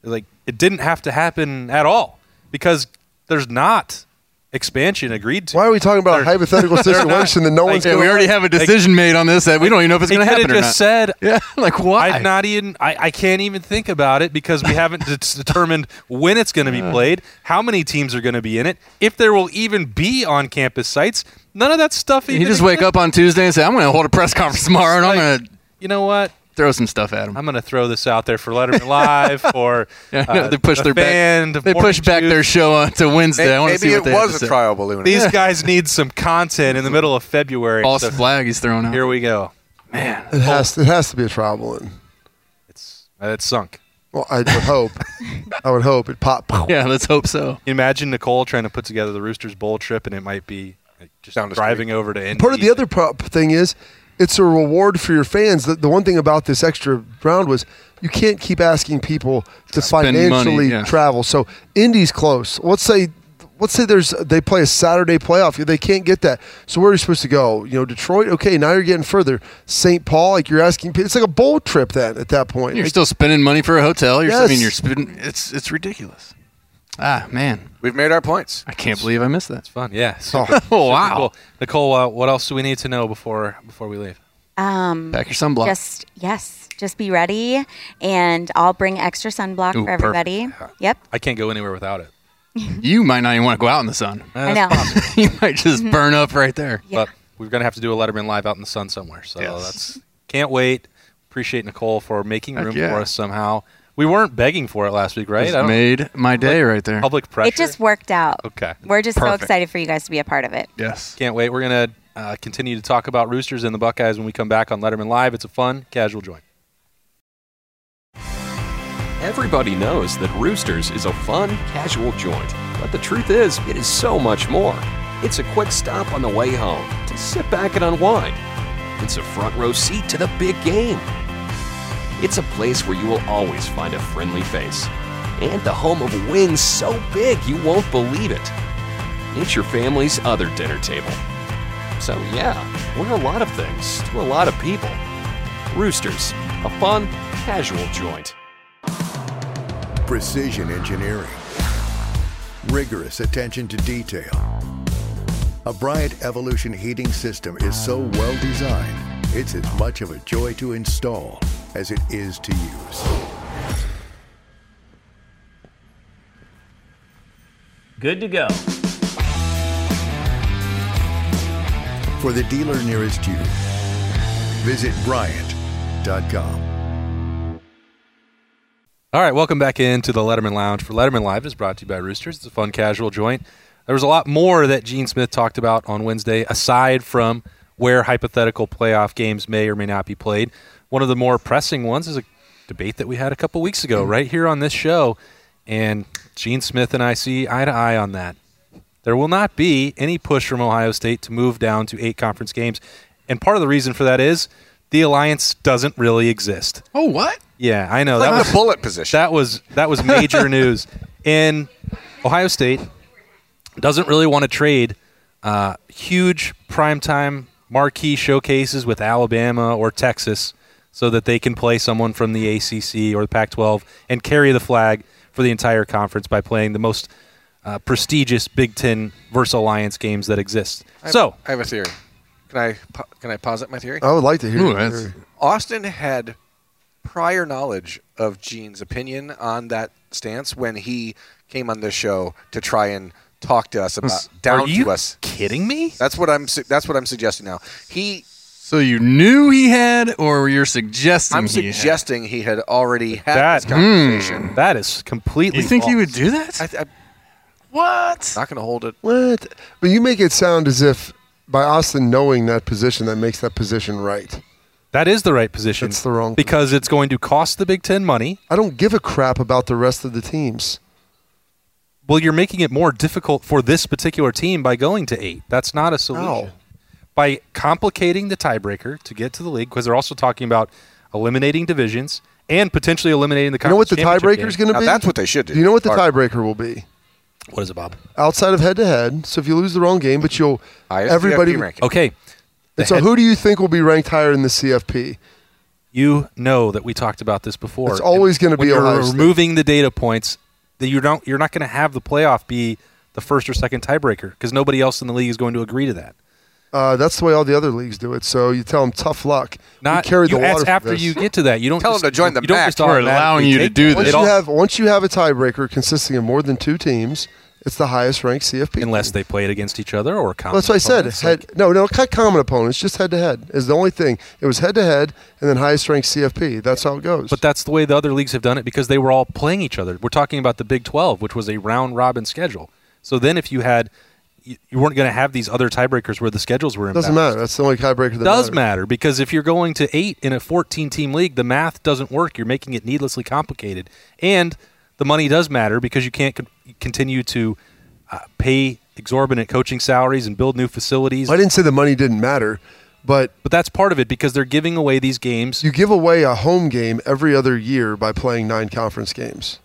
Speaker 2: like it didn't have to happen at all because there's not expansion agreed to.
Speaker 6: why are we talking about a
Speaker 2: They're-
Speaker 6: hypothetical situation that no one's
Speaker 3: yeah,
Speaker 6: going
Speaker 3: we already have a decision made on this that we don't even know if it's
Speaker 2: They
Speaker 3: going to
Speaker 2: could
Speaker 3: happen
Speaker 2: have
Speaker 3: or
Speaker 2: just
Speaker 3: not.
Speaker 2: said,
Speaker 3: yeah, like why?
Speaker 2: I've not even. I, I can't even think about it because we haven't de- determined when it's going to be played, how many teams are going to be in it, if there will even be on-campus sites. None of that stuff.
Speaker 3: you
Speaker 2: even
Speaker 3: just wake up on Tuesday and say, I'm going to hold a press conference tomorrow, and I'm
Speaker 2: like-
Speaker 3: going to
Speaker 2: You know what?
Speaker 3: throw some stuff at them.
Speaker 2: I'm going to throw this out there for Letterman Live or
Speaker 3: Yeah,
Speaker 2: uh,
Speaker 3: they push
Speaker 2: the
Speaker 3: their
Speaker 2: band,
Speaker 3: back. They
Speaker 2: Morning
Speaker 3: push back
Speaker 2: Juice.
Speaker 3: their show on to Wednesday. I want to
Speaker 5: Maybe
Speaker 3: see
Speaker 5: it
Speaker 3: what they have
Speaker 5: was
Speaker 3: to
Speaker 5: a
Speaker 3: say.
Speaker 5: trial balloon.
Speaker 2: These guys need some content in the middle of February.
Speaker 3: False
Speaker 2: so
Speaker 3: flag he's throwing out.
Speaker 2: Here we go.
Speaker 6: It has, it has to be a trial balloon.
Speaker 2: It's uh, it's sunk.
Speaker 6: Well, I would hope. I would hope it pop.
Speaker 3: yeah, let's hope so.
Speaker 2: Imagine Nicole trying to put together the Roosters Bowl trip, and it might be like, just
Speaker 5: Down the street.
Speaker 2: driving over to.
Speaker 6: Part of
Speaker 2: Indy.
Speaker 6: the other pro- thing is, it's a reward for your fans. The, the one thing about this extra round was you can't keep asking people to
Speaker 3: Spend money,
Speaker 6: financially
Speaker 3: yeah.
Speaker 6: travel. So Indy's close. Let's say, let's say there's they play a Saturday playoff. They can't get that. So where are you supposed to go? You know, Detroit. Okay, now you're getting further. St. Paul. Like you're asking. pe- It's like a bowl trip then. At that point,
Speaker 3: You're still spending money for a hotel. You're, I mean,
Speaker 6: Yes.
Speaker 3: you're spending. It's it's ridiculous. Ah, man,
Speaker 5: We've made our points.
Speaker 3: I can't believe I missed that.
Speaker 2: fun. Yeah.
Speaker 3: Oh, wow.
Speaker 2: Cool. Nicole, uh, what else do we need to know before before we leave?
Speaker 4: Um,
Speaker 3: Pack your sunblock.
Speaker 4: Just yes, just be ready, and I'll bring extra sunblock
Speaker 3: Ooh,
Speaker 4: for everybody. Yep,
Speaker 2: I can't go anywhere without it.
Speaker 3: you might not even want to go out in the sun.
Speaker 4: I know.
Speaker 3: you might just burn up right there.
Speaker 4: Yeah.
Speaker 2: But we're gonna have to do a Letterman live out in the sun somewhere. So
Speaker 3: Yes.
Speaker 2: that's can't wait. Appreciate Nicole for making
Speaker 3: Heck
Speaker 2: room
Speaker 3: yeah.
Speaker 2: for us somehow. We weren't begging for it last week, right?
Speaker 3: Just
Speaker 2: I don't-
Speaker 3: made my day right there.
Speaker 2: Public pressure.
Speaker 4: It just worked out.
Speaker 2: Okay.
Speaker 4: we're just
Speaker 3: Perfect.
Speaker 4: so excited for you guys to be a part of it.
Speaker 3: Yes.
Speaker 2: Can't wait. We're gonna uh, continue to talk about Roosters and the Buckeyes when we come back on Letterman Live. It's a fun, casual joint.
Speaker 7: Everybody knows that Roosters is a fun, casual joint, but the truth is, it is so much more. It's a quick stop on the way home to sit back and unwind. It's a front row seat to the big game. It's a place where you will always find a friendly face, and the home of wings so big you won't believe it. It's your family's other dinner table. So, yeah, we're a lot of things to a lot of people. Roosters, a fun, casual joint.
Speaker 8: Precision engineering. Rigorous attention to detail. A Bryant Evolution heating system is so well designed, it's as much of a joy to install as it is to use.
Speaker 9: Good to go.
Speaker 8: For the dealer nearest you, visit Bryant.com.
Speaker 2: All right, welcome back into the Letterman Lounge for Letterman Live. It is brought to you by Roosters. It's a fun casual joint. There was a lot more that Gene Smith talked about on Wednesday, aside from where hypothetical playoff games may or may not be played. One of the more pressing ones is a debate that we had a couple weeks ago, right here on this show, and Gene Smith and I see eye to eye on that. There will not be any push from Ohio State to move down to eight conference games, and part of the reason for that is the alliance doesn't really exist.
Speaker 3: Oh, what?
Speaker 2: Yeah, I know that
Speaker 5: Like
Speaker 2: was
Speaker 5: the bullet position.
Speaker 2: that was that was major news. And Ohio State doesn't really want to trade uh, huge primetime marquee showcases with Alabama or Texas so that they can play someone from the ACC or the Pac-12 and carry the flag for the entire conference by playing the most uh, prestigious Big Ten versus Alliance games that exist. so
Speaker 5: I have a theory. Can I po- can I posit my theory?
Speaker 6: I would like to hear.
Speaker 3: Ooh,
Speaker 6: your
Speaker 3: that's-
Speaker 6: theory.
Speaker 5: Austin had prior knowledge of Gene's opinion on that stance when he came on this show to try and talk to us about down
Speaker 2: are you
Speaker 5: to us.
Speaker 2: kidding me?
Speaker 5: That's what I'm. su- That's what I'm suggesting now. He.
Speaker 3: So you knew he had, or you're suggesting?
Speaker 5: I'm
Speaker 3: he had?
Speaker 5: suggesting he had already had
Speaker 2: That- Hmm.
Speaker 5: this conversation.
Speaker 2: That is completely
Speaker 3: You think he
Speaker 2: false.
Speaker 3: would do that?
Speaker 5: I th- I'm
Speaker 3: what?
Speaker 5: not going to hold it.
Speaker 6: What? But you make it sound as if by Austin knowing that position, that makes that position right.
Speaker 2: That is the right position.
Speaker 6: That's the wrong-
Speaker 2: because it's going to cost the Big Ten money.
Speaker 6: I don't give a crap about the rest of the teams.
Speaker 2: Well, you're making it more difficult for this particular team by going to eight. That's not a solution. By complicating the tiebreaker to get to the league, because they're also talking about eliminating divisions and potentially eliminating the.
Speaker 6: You know what the
Speaker 2: conference
Speaker 6: tiebreaker is
Speaker 2: championship game.
Speaker 6: going
Speaker 5: Now,
Speaker 6: to be?
Speaker 5: that's what they should do.
Speaker 6: Do you know what the
Speaker 5: Or-
Speaker 6: tiebreaker will be?
Speaker 2: What is it, Bob?
Speaker 6: Outside of head to head. So if you lose the wrong game, but you'll
Speaker 5: Highest
Speaker 6: everybody.
Speaker 5: TFP ranking.
Speaker 2: Okay,
Speaker 6: And so
Speaker 2: head-
Speaker 6: who do you think will be ranked higher in the CFP?
Speaker 2: you know that we talked about this before.
Speaker 6: It's always gonna
Speaker 2: When
Speaker 6: be
Speaker 2: you're
Speaker 6: Ohio State.
Speaker 2: removing the data points that you don't. You're not going to have the playoff be the first or second tiebreaker because nobody else in the league is going to agree to that.
Speaker 6: Uh, that's the way all the other leagues do it. So you tell them tough luck. We
Speaker 2: Not
Speaker 6: carry the
Speaker 2: you- that's
Speaker 6: water. for
Speaker 2: after
Speaker 6: this.
Speaker 2: you get to that. You don't
Speaker 5: Tell
Speaker 2: just,
Speaker 5: them to join the
Speaker 2: you don't
Speaker 5: MAC.
Speaker 2: just
Speaker 5: We're
Speaker 2: automatically
Speaker 3: allowing you to
Speaker 2: take
Speaker 3: do
Speaker 2: that.
Speaker 3: this.
Speaker 6: Once
Speaker 2: It
Speaker 6: you
Speaker 2: all-
Speaker 6: have once you have a tiebreaker consisting of more than two teams, it's the highest ranked CFP.
Speaker 2: unless they played against each other or common.
Speaker 6: Well, that's what I said.
Speaker 2: opponents.
Speaker 6: Head, no, no, not common opponents. Just head to head is the only thing. It was head to head, and then highest ranked CFP. That's how it goes.
Speaker 2: But that's the way the other leagues have done it because they were all playing each other. We're talking about the Big 12, which was a round robin schedule. So then if you had you you weren't going to have these other tiebreakers where the schedules were
Speaker 6: it doesn't
Speaker 2: imbalanced.
Speaker 6: matter. That's the only tiebreaker that
Speaker 2: does
Speaker 6: matters.
Speaker 2: matter because if you're going to eight in a 14 team league, the math doesn't work. You're making it needlessly complicated, and the money does matter because you can't con- continue to uh, pay exorbitant coaching salaries and build new facilities.
Speaker 6: I didn't say the money didn't matter, but
Speaker 2: But that's part of it because they're giving away these games.
Speaker 6: you give away a home game every other year by playing nine conference games.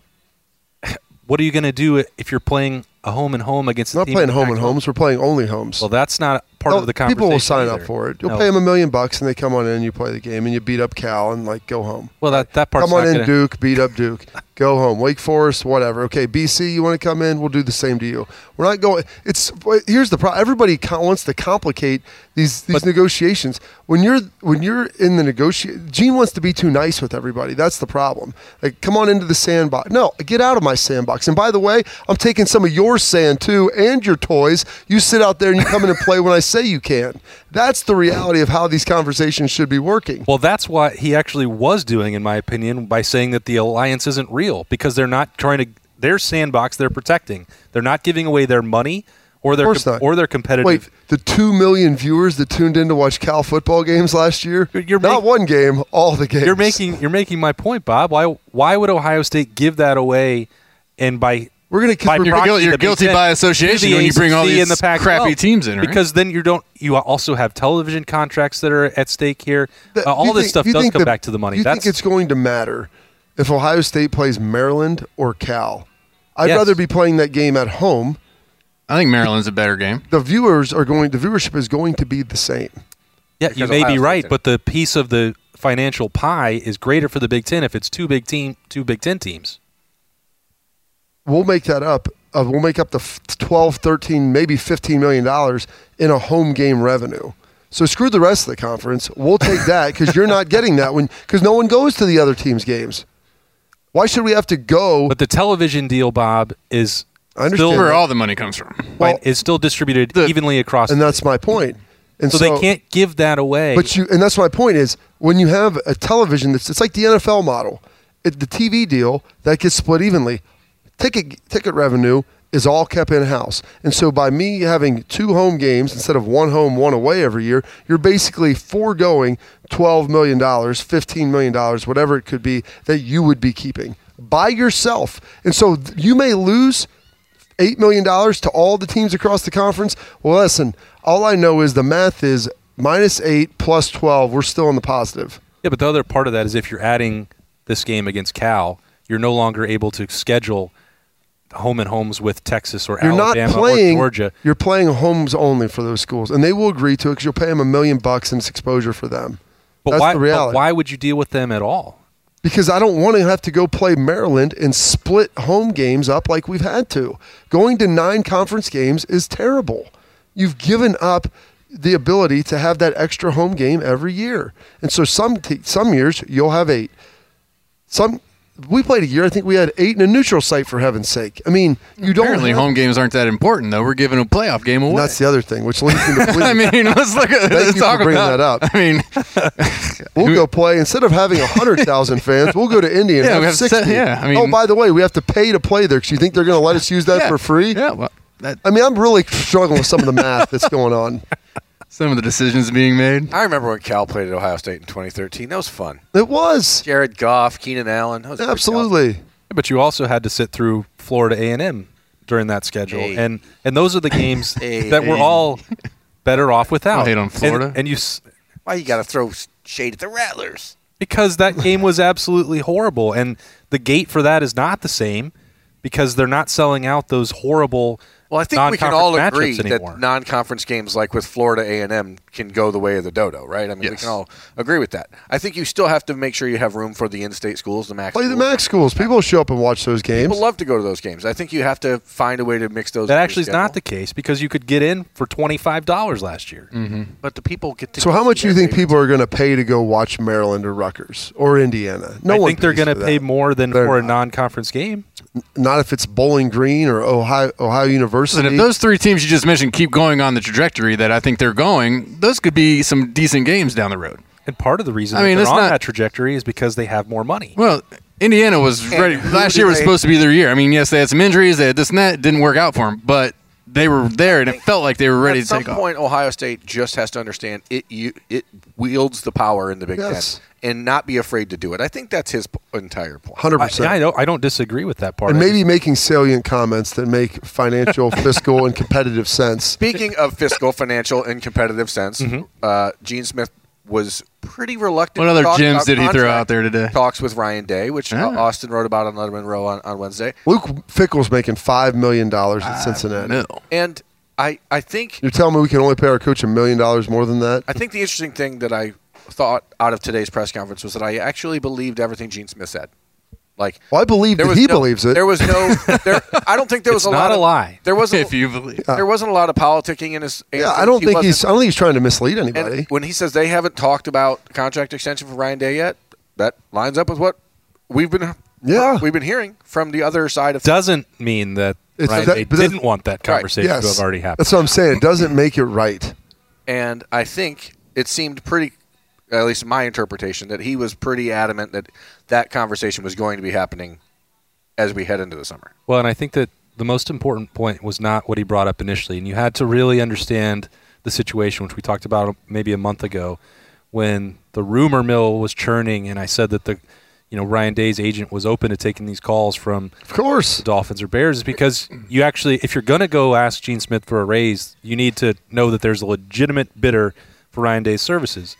Speaker 2: What are you going to do if you're playing a home and home against? the
Speaker 6: We're not
Speaker 2: team
Speaker 6: playing
Speaker 2: in
Speaker 6: home
Speaker 2: the
Speaker 6: and
Speaker 2: Pac-12?
Speaker 6: homes. We're playing only homes.
Speaker 2: Well, that's not part
Speaker 6: No,
Speaker 2: of the conversation.
Speaker 6: People will sign up
Speaker 2: either.
Speaker 6: for it. You'll
Speaker 2: No.
Speaker 6: pay them a million bucks, and they come on in and you play the game, and you beat up Cal and like go home.
Speaker 2: Well, that that part's
Speaker 6: come on
Speaker 2: not
Speaker 6: in,
Speaker 2: gonna-
Speaker 6: Duke, beat up Duke, go home. Wake Forest, whatever. Okay, BC, you want to come in? We'll do the same to you. We're not going. It's here's the problem. Everybody co- wants to complicate these these negotiations. When you're when you're in the negotiate, Gene wants to be too nice with everybody. That's the problem. Like, come on into the sandbox. No, get out of my sandbox. And by the way, I'm taking some of your sand too, and your toys. You sit out there and you come in and play when I say you can. That's the reality of how these conversations should be working.
Speaker 2: Well, that's what he actually was doing, in my opinion, by saying that the alliance isn't real because they're not trying to their sandbox they're protecting. They're not giving away their money or their
Speaker 6: course
Speaker 2: com-
Speaker 6: not.
Speaker 2: or their competitive.
Speaker 6: Wait, the two million viewers that tuned in to watch Cal football games last year?
Speaker 2: You're- you're
Speaker 6: not
Speaker 2: make-
Speaker 6: one game, all the games.
Speaker 2: You're making you're making my point, Bob. Why why would Ohio State give that away? And by
Speaker 6: We're gonna- 'cause
Speaker 2: by
Speaker 6: we're- You're
Speaker 2: proxy,
Speaker 3: guil- you're
Speaker 2: the Big
Speaker 3: guilty
Speaker 2: Ten,
Speaker 3: by
Speaker 2: to
Speaker 3: association
Speaker 2: the
Speaker 3: when you bring all
Speaker 2: ACC and
Speaker 3: these
Speaker 2: the Pac-12.
Speaker 3: crappy teams in, right?
Speaker 2: Because then you don't you also have television contracts that are at stake here.
Speaker 6: The-
Speaker 2: Uh, all
Speaker 6: you
Speaker 2: this
Speaker 6: think-
Speaker 2: stuff
Speaker 6: you
Speaker 2: does
Speaker 6: think
Speaker 2: come back to the money.
Speaker 6: You
Speaker 2: That's
Speaker 6: think it's going to matter if Ohio State plays Maryland or Cal? I'd
Speaker 2: Yes.
Speaker 6: rather be playing that game at home.
Speaker 3: I think Maryland's a better game.
Speaker 6: The viewers are going. The viewership is going to be the same.
Speaker 2: Yeah, you
Speaker 5: because
Speaker 2: may
Speaker 5: Ohio
Speaker 2: be
Speaker 5: State's
Speaker 2: right,
Speaker 5: in it.
Speaker 2: but the piece of the financial pie is greater for the Big Ten if it's two Big Team, two Big Ten teams.
Speaker 6: We'll make that up. Uh, we'll make up the f- 12, 13, maybe 15 million dollars in a home game revenue. So screw the rest of the conference. We'll take that because you're not getting that when because no one goes to the other team's games. Why should we have to go?
Speaker 2: But the television deal, Bob, is
Speaker 6: I understand
Speaker 2: still
Speaker 6: that.
Speaker 3: Where all the money comes from.
Speaker 6: Well-
Speaker 2: is still distributed
Speaker 3: The-
Speaker 2: evenly across.
Speaker 6: and
Speaker 2: the
Speaker 6: that's my point. And
Speaker 2: so,
Speaker 6: so,
Speaker 2: they can't give that away.
Speaker 6: But you and that's my point is when you have a television that's it's like the NFL model, it, the TV deal that gets split evenly. Ticket ticket revenue is all kept in house, and so by me having two home games instead of one home one away every year, you're basically foregoing twelve million dollars, fifteen million dollars, whatever it could be that you would be keeping by yourself, and so th- you may lose eight million dollars to all the teams across the conference. Well, listen, all I know is the math is minus eight plus twelve. We're still in the positive.
Speaker 2: yeah, but the other part of that is if you're adding this game against Cal, you're no longer able to schedule home and homes with Texas or
Speaker 6: You're
Speaker 2: Alabama
Speaker 6: not playing
Speaker 2: or Georgia.
Speaker 6: You're playing homes only for those schools, and they will agree to it because you'll pay them a million bucks in exposure for them.
Speaker 2: But
Speaker 6: That's
Speaker 2: why?
Speaker 6: the reality.
Speaker 2: But why would you deal with them at all?
Speaker 6: because I don't want to have to go play Maryland and split home games up like we've had to. Going to nine conference games is terrible. You've given up the ability to have that extra home game every year, and so some t- some years you'll have eight. Some we played a year. I think we had eight in a neutral site. For heaven's sake, I mean you don't
Speaker 3: Apparently,
Speaker 6: have-
Speaker 3: home games aren't that important, though. We're giving a playoff game away.
Speaker 6: And that's the other thing, which leads me to believe.
Speaker 3: I mean, let's look at
Speaker 6: Thank
Speaker 3: let's
Speaker 6: you
Speaker 3: talk
Speaker 6: for bringing
Speaker 3: about,
Speaker 6: that up.
Speaker 3: I mean,
Speaker 6: We'll go play instead of having hundred thousand fans. We'll go to India. And
Speaker 3: Yeah,
Speaker 6: have
Speaker 3: we have se-
Speaker 6: 60.
Speaker 3: yeah, I mean-
Speaker 6: oh, by the way, we have to pay to play there because you think they're going to let us use that
Speaker 3: yeah,
Speaker 6: for free?
Speaker 3: Yeah, well, that,
Speaker 6: I mean, I'm really struggling with some of the math that's going on.
Speaker 3: some of the decisions being made.
Speaker 2: Oh.
Speaker 5: I remember when Cal played at Ohio State in 2013. That was fun.
Speaker 6: It was
Speaker 5: Jared Goff, Keenan Allen. that was pretty
Speaker 6: absolutely.
Speaker 2: But you also had to sit through Florida A and M during that schedule,
Speaker 5: Hey.
Speaker 2: and and those are the games
Speaker 5: Hey.
Speaker 2: that we're all better off without.
Speaker 3: I hate on
Speaker 2: And-
Speaker 3: Florida.
Speaker 2: and, you s-
Speaker 5: tough. Why you got to throw shade at the Rattlers?
Speaker 2: because that game was absolutely horrible, and the gate for that is not the same because they're not selling out those horrible.
Speaker 5: Well, I think we can
Speaker 2: non-conference
Speaker 5: all
Speaker 2: matchups
Speaker 5: agree
Speaker 2: anymore.
Speaker 5: that non-conference games like with Florida A&M can go the way of the dodo, right? I mean, we
Speaker 3: Yes.
Speaker 5: can all agree with that. I think you still have to make sure you have room for the in-state schools, the max.
Speaker 6: Play the
Speaker 5: schools.
Speaker 6: MAC schools. People show up and watch those games.
Speaker 5: People love to go to those games. I think you have to find a way to mix those.
Speaker 2: that
Speaker 5: into your
Speaker 2: actually is not the
Speaker 5: schedule.
Speaker 2: case because you could get in for twenty five dollars last year.
Speaker 3: Mm-hmm.
Speaker 5: But the people get to.
Speaker 6: So,
Speaker 5: go
Speaker 6: how
Speaker 5: see
Speaker 6: much do you
Speaker 5: their
Speaker 6: think
Speaker 5: favorites.
Speaker 6: people are going to pay to go watch Maryland or Rutgers or Indiana? No
Speaker 2: I
Speaker 6: one.
Speaker 2: think they're
Speaker 6: pays
Speaker 2: going to
Speaker 6: for
Speaker 2: pay
Speaker 6: that.
Speaker 2: more than
Speaker 6: They're
Speaker 2: for a
Speaker 6: not.
Speaker 2: non conference game.
Speaker 6: Not if it's Bowling Green or Ohio Ohio University.
Speaker 3: Listen, if those three teams you just mentioned keep going on the trajectory that I think they're going, those could be some decent games down the road.
Speaker 2: And part of the reason
Speaker 3: I
Speaker 2: I
Speaker 3: mean,
Speaker 2: mean, they're
Speaker 3: it's
Speaker 2: on
Speaker 3: not-
Speaker 2: that trajectory is because they have more money.
Speaker 3: Well, Indiana was ready.
Speaker 5: who
Speaker 3: Last
Speaker 5: did
Speaker 3: year was
Speaker 5: they-
Speaker 3: supposed to be their year. I mean, yes, they had some injuries, they had this and that. It didn't work out for them, but they were there, and it felt like they were ready
Speaker 5: At
Speaker 3: to
Speaker 5: some
Speaker 3: take off.
Speaker 5: point, Ohio State just has to understand it. You, it wields the power in the Big
Speaker 6: Yes.
Speaker 5: Ten and not be afraid to do it. I think that's his p- entire point.
Speaker 6: hundred
Speaker 2: I,
Speaker 6: percent.
Speaker 2: I don't. I don't disagree with that part.
Speaker 6: and
Speaker 2: I
Speaker 6: maybe
Speaker 2: just-
Speaker 6: making salient comments that make financial, fiscal, and competitive sense.
Speaker 5: Speaking of fiscal, financial, and competitive sense, uh, Gene Smith was pretty reluctant.
Speaker 3: Mm-hmm. What
Speaker 5: to
Speaker 3: other
Speaker 5: talk
Speaker 3: gems
Speaker 5: about
Speaker 3: did he throw
Speaker 5: contract
Speaker 3: out there today?
Speaker 5: Talks with Ryan Day, which uh,
Speaker 3: Ah.
Speaker 5: Austin wrote about on Letterman Row on, on Wednesday,
Speaker 6: Luke Fickle's making five million dollars at Cincinnati.
Speaker 3: No.
Speaker 5: and I I think
Speaker 6: You're telling me we can only pay our coach a million dollars more than that?
Speaker 5: I think the interesting thing that I thought out of today's press conference was that I actually believed everything Gene Smith said. Like,
Speaker 6: Well, I believe
Speaker 5: there
Speaker 6: that
Speaker 5: was
Speaker 6: he
Speaker 5: no-
Speaker 6: believes it.
Speaker 5: There was no. There, I don't think there was
Speaker 2: It's
Speaker 5: a
Speaker 2: not
Speaker 5: lot.
Speaker 2: a
Speaker 5: of,
Speaker 2: lie.
Speaker 5: There wasn't.
Speaker 3: If you believe.
Speaker 5: there wasn't a lot of politicking in his.
Speaker 6: yeah,
Speaker 5: answers.
Speaker 6: I don't
Speaker 5: He
Speaker 6: think
Speaker 5: wasn't-
Speaker 6: he's. I don't think he's trying to mislead
Speaker 5: and
Speaker 6: anybody.
Speaker 5: when he says they haven't talked about contract extension for Ryan Day yet, that lines up with what we've been.
Speaker 6: Yeah.
Speaker 5: we've been hearing from the other side of.
Speaker 2: doesn't mean that
Speaker 6: It's
Speaker 2: Ryan
Speaker 6: that-
Speaker 2: Day
Speaker 6: but that's-
Speaker 2: didn't want that conversation to have already happened.
Speaker 6: That's what I'm saying. It doesn't make it right.
Speaker 5: and I think it seemed pretty, at least my interpretation, that he was pretty adamant that that conversation was going to be happening as we head into the summer.
Speaker 2: Well, and I think that the most important point was not what he brought up initially, and you had to really understand the situation, which we talked about maybe a month ago, when the rumor mill was churning, and I said that the, you know, Ryan Day's agent was open to taking these calls from
Speaker 6: Of course.
Speaker 2: Dolphins or Bears is because you actually, if you're going to go ask Gene Smith for a raise, you need to know that there's a legitimate bidder for Ryan Day's services.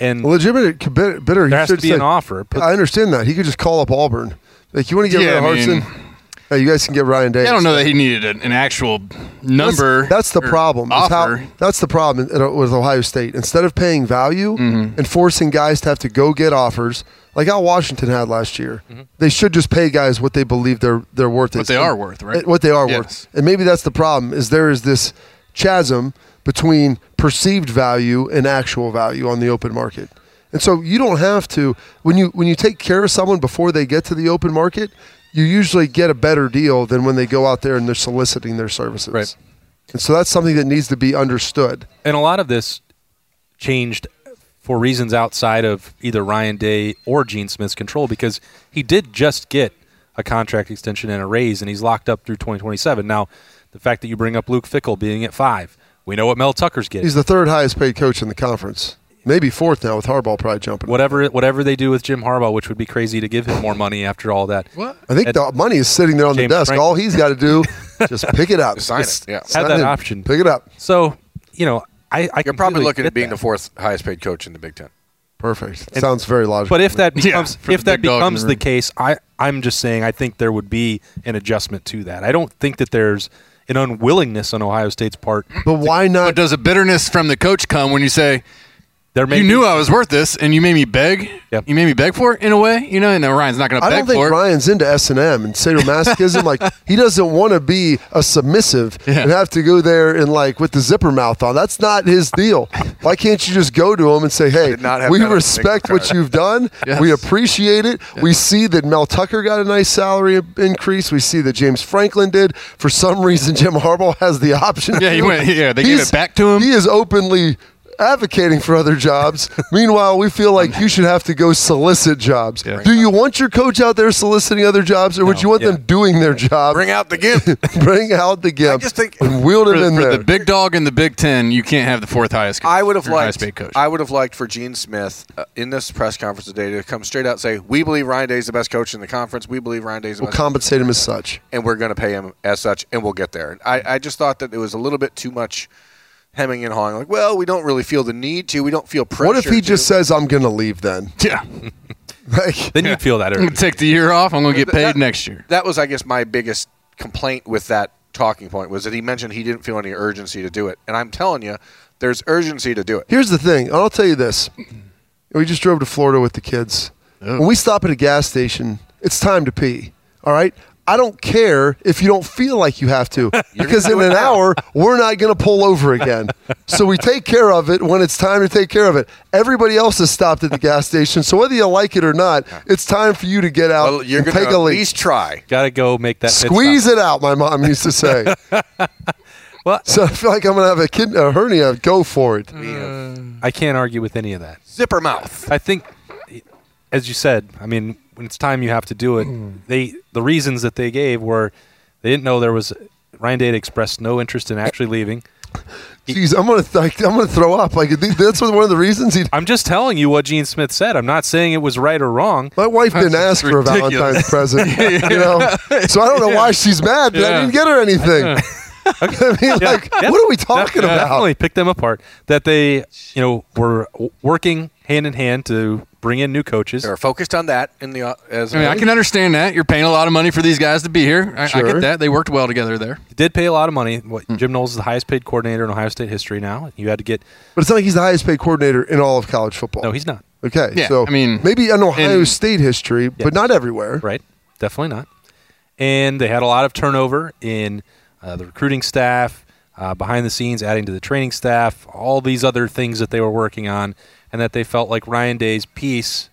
Speaker 2: And
Speaker 6: A legitimate co- bid- bidder. he
Speaker 2: There has to
Speaker 6: should
Speaker 2: be
Speaker 6: say-
Speaker 2: an offer, but-
Speaker 6: I understand that. He could just call up Auburn. Like, you want to get
Speaker 3: Yeah, I
Speaker 6: rid
Speaker 3: mean-
Speaker 6: of Hartson? Hey, you guys can get Ryan Day.
Speaker 3: I don't know that he needed an, an actual number.
Speaker 6: That's, that's the
Speaker 3: or
Speaker 6: problem. is how-
Speaker 3: Offer.
Speaker 6: that's the problem in- in- with Ohio State. Instead of paying value
Speaker 3: Mm-hmm.
Speaker 6: and forcing guys to have to go get offers, like how Washington had last year, they should just pay guys what they believe their their worth is.
Speaker 3: they are worth, right?
Speaker 6: And What they are
Speaker 3: Yes.
Speaker 6: worth, and maybe that's the problem. Is there is this chasm between perceived value and actual value on the open market. And so you don't have to when you when you take care of someone before they get to the open market, you usually get a better deal than when they go out there and they're soliciting their services.
Speaker 2: Right.
Speaker 6: And so that's something that needs to be understood.
Speaker 2: and a lot of this changed for reasons outside of either Ryan Day or Gene Smith's control because he did just get a contract extension and a raise, and he's locked up through 2027. Now, the fact that you bring up Luke Fickle being at five, we know what Mel Tucker's getting.
Speaker 6: He's the third highest paid coach in the conference. Maybe fourth now with Harbaugh probably jumping.
Speaker 2: whatever whatever they do with Jim Harbaugh, which would be crazy to give him more money after all that. What?
Speaker 6: I think
Speaker 2: At-
Speaker 6: the money is sitting there on
Speaker 2: James
Speaker 6: the desk.
Speaker 2: Franklin.
Speaker 6: All he's got to do just pick it up.
Speaker 5: Sign
Speaker 6: Just
Speaker 5: it, yeah.
Speaker 6: sign
Speaker 2: Had that
Speaker 6: it.
Speaker 2: option.
Speaker 6: Pick it up.
Speaker 2: So, you know, I, I
Speaker 5: You're probably
Speaker 2: completely
Speaker 5: looking
Speaker 2: get
Speaker 5: at being
Speaker 2: that.
Speaker 5: the fourth highest paid coach in the Big Ten.
Speaker 6: Perfect. Sounds very logical.
Speaker 2: But if that
Speaker 3: Yeah,
Speaker 2: becomes
Speaker 3: for
Speaker 2: if
Speaker 3: the
Speaker 2: that
Speaker 3: big dog in
Speaker 2: becomes
Speaker 3: the
Speaker 2: the
Speaker 3: room.
Speaker 2: case, I I'm just saying I think there would be an adjustment to that. I don't think that there's an unwillingness on Ohio State's part.
Speaker 6: but why
Speaker 3: But
Speaker 6: not?
Speaker 3: does a bitterness from the coach come when you say,
Speaker 2: There may
Speaker 3: you
Speaker 2: be-
Speaker 3: knew I was worth this, and you made me beg.
Speaker 2: Yep.
Speaker 3: You made me beg for it in a way. You know, and now Ryan's not going to
Speaker 6: I
Speaker 3: beg
Speaker 6: don't think
Speaker 3: for it.
Speaker 6: Ryan's into S and M and sadomasochism. like he doesn't want to be a submissive
Speaker 3: Yeah.
Speaker 6: and have to go there and like with the zipper mouth on. That's not his deal. Why can't you just go to him and say, "Hey,
Speaker 5: did not have
Speaker 6: we
Speaker 5: that on the
Speaker 6: respect
Speaker 5: bingo
Speaker 6: what
Speaker 5: card."
Speaker 6: you've done.
Speaker 3: Yes.
Speaker 6: We appreciate it. We see that Mel Tucker got a nice salary increase. We see that James Franklin did. For some reason, Jim Harbaugh has the option.
Speaker 3: Yeah, he
Speaker 6: to.
Speaker 3: went- yeah, they gave
Speaker 6: He's-
Speaker 3: it back to him.
Speaker 6: He is openly advocating for other jobs. Meanwhile, we feel like you should have to go solicit jobs. Do you want your coach out there soliciting other jobs, or would you want
Speaker 2: yeah.
Speaker 6: them doing their job?
Speaker 5: Bring out the gift.
Speaker 6: Bring out the gift
Speaker 5: just think-
Speaker 6: and wield
Speaker 3: For,
Speaker 6: it in
Speaker 3: for
Speaker 6: there.
Speaker 3: the big dog in the Big Ten, you can't have the fourth highest.
Speaker 5: I would have
Speaker 3: or
Speaker 5: liked.
Speaker 3: highest paid coach.
Speaker 5: I would have liked for Gene Smith uh, in this press conference today to come straight out and say, "We believe Ryan Day is the best coach in the conference. We believe Ryan Day is the
Speaker 6: we'll
Speaker 5: best, coach,
Speaker 6: compensate him as such.
Speaker 5: and we're going to pay him as such, and we'll get there." And I, I just thought that it was a little bit too much hemming and hawing. Like, well, we don't really feel the need to. We don't feel pressure.
Speaker 6: What if he
Speaker 5: to."
Speaker 6: just says, "I'm going to leave"? Then,
Speaker 3: yeah,
Speaker 6: like,
Speaker 2: then you'd feel that
Speaker 3: I'm
Speaker 2: urge.
Speaker 3: gonna take the year off. I'm gonna get paid next year.
Speaker 5: That was, I guess, my biggest complaint with that talking point was that he mentioned he didn't feel any urgency to do it, and I'm telling you, there's urgency to do it.
Speaker 6: Here's the thing. I'll tell you this. We just drove to Florida with the kids.
Speaker 2: Oh.
Speaker 6: When we stop at a gas station, it's time to pee. All right? I don't care if you don't feel like you have to because in an hour, we're not going to pull over again. so we take care of it when it's time to take care of it. Everybody else has stopped at the gas station. So whether you like it or not, it's time for you to get out
Speaker 5: Well, you're
Speaker 6: and
Speaker 5: going to
Speaker 6: take
Speaker 5: at
Speaker 6: a leak.
Speaker 5: least try.
Speaker 2: Got to go make that pit stop.
Speaker 6: Squeeze it out, my mom used to say.
Speaker 2: Well-
Speaker 6: so I feel like I'm going to have a, kid, a hernia. Go
Speaker 2: Mm.
Speaker 6: for it.
Speaker 3: Uh,
Speaker 2: I can't argue with any of that.
Speaker 5: Zipper mouth.
Speaker 2: I think, as you said, I mean, when it's time, you have to do
Speaker 3: Mm.
Speaker 2: it. They the reasons that they gave were they didn't know there was Ryan Day had expressed no interest in actually leaving.
Speaker 6: Jeez, I'm gonna th- I'm gonna throw up. Like th- that's one of the reasons he.
Speaker 2: I'm just telling you what Gene Smith said. I'm not saying it was right or wrong.
Speaker 6: My wife didn't ask for a
Speaker 3: ridiculous.
Speaker 6: Valentine's present, you know. So I don't know why she's mad, but I
Speaker 3: Yeah.
Speaker 6: didn't get her anything. I mean, like, what are we talking
Speaker 2: Yeah,
Speaker 6: about?
Speaker 2: Definitely pick them apart. That they, you know, were w- working hand in hand to bring in new coaches.
Speaker 5: They're focused on that in the uh, as
Speaker 3: I mean, I can understand that. You're paying a lot of money for these guys to be here. I, I
Speaker 6: Sure.
Speaker 3: get that. They worked well together there.
Speaker 2: Did pay a lot of money. What
Speaker 6: Hmm.
Speaker 2: Jim Knowles is the highest paid coordinator in Ohio State history now. You had to get
Speaker 6: But it's not like he's the highest paid coordinator in all of college football.
Speaker 2: no, he's not
Speaker 6: Okay,
Speaker 3: Yeah,
Speaker 6: so
Speaker 3: I mean,
Speaker 6: maybe in Ohio
Speaker 3: in-
Speaker 6: State history, but not everywhere.
Speaker 2: right. Definitely not. And they had a lot of turnover in uh, the recruiting staff, uh, behind the scenes, adding to the training staff, all these other things that they were working on, and that they felt like Ryan Day's piece.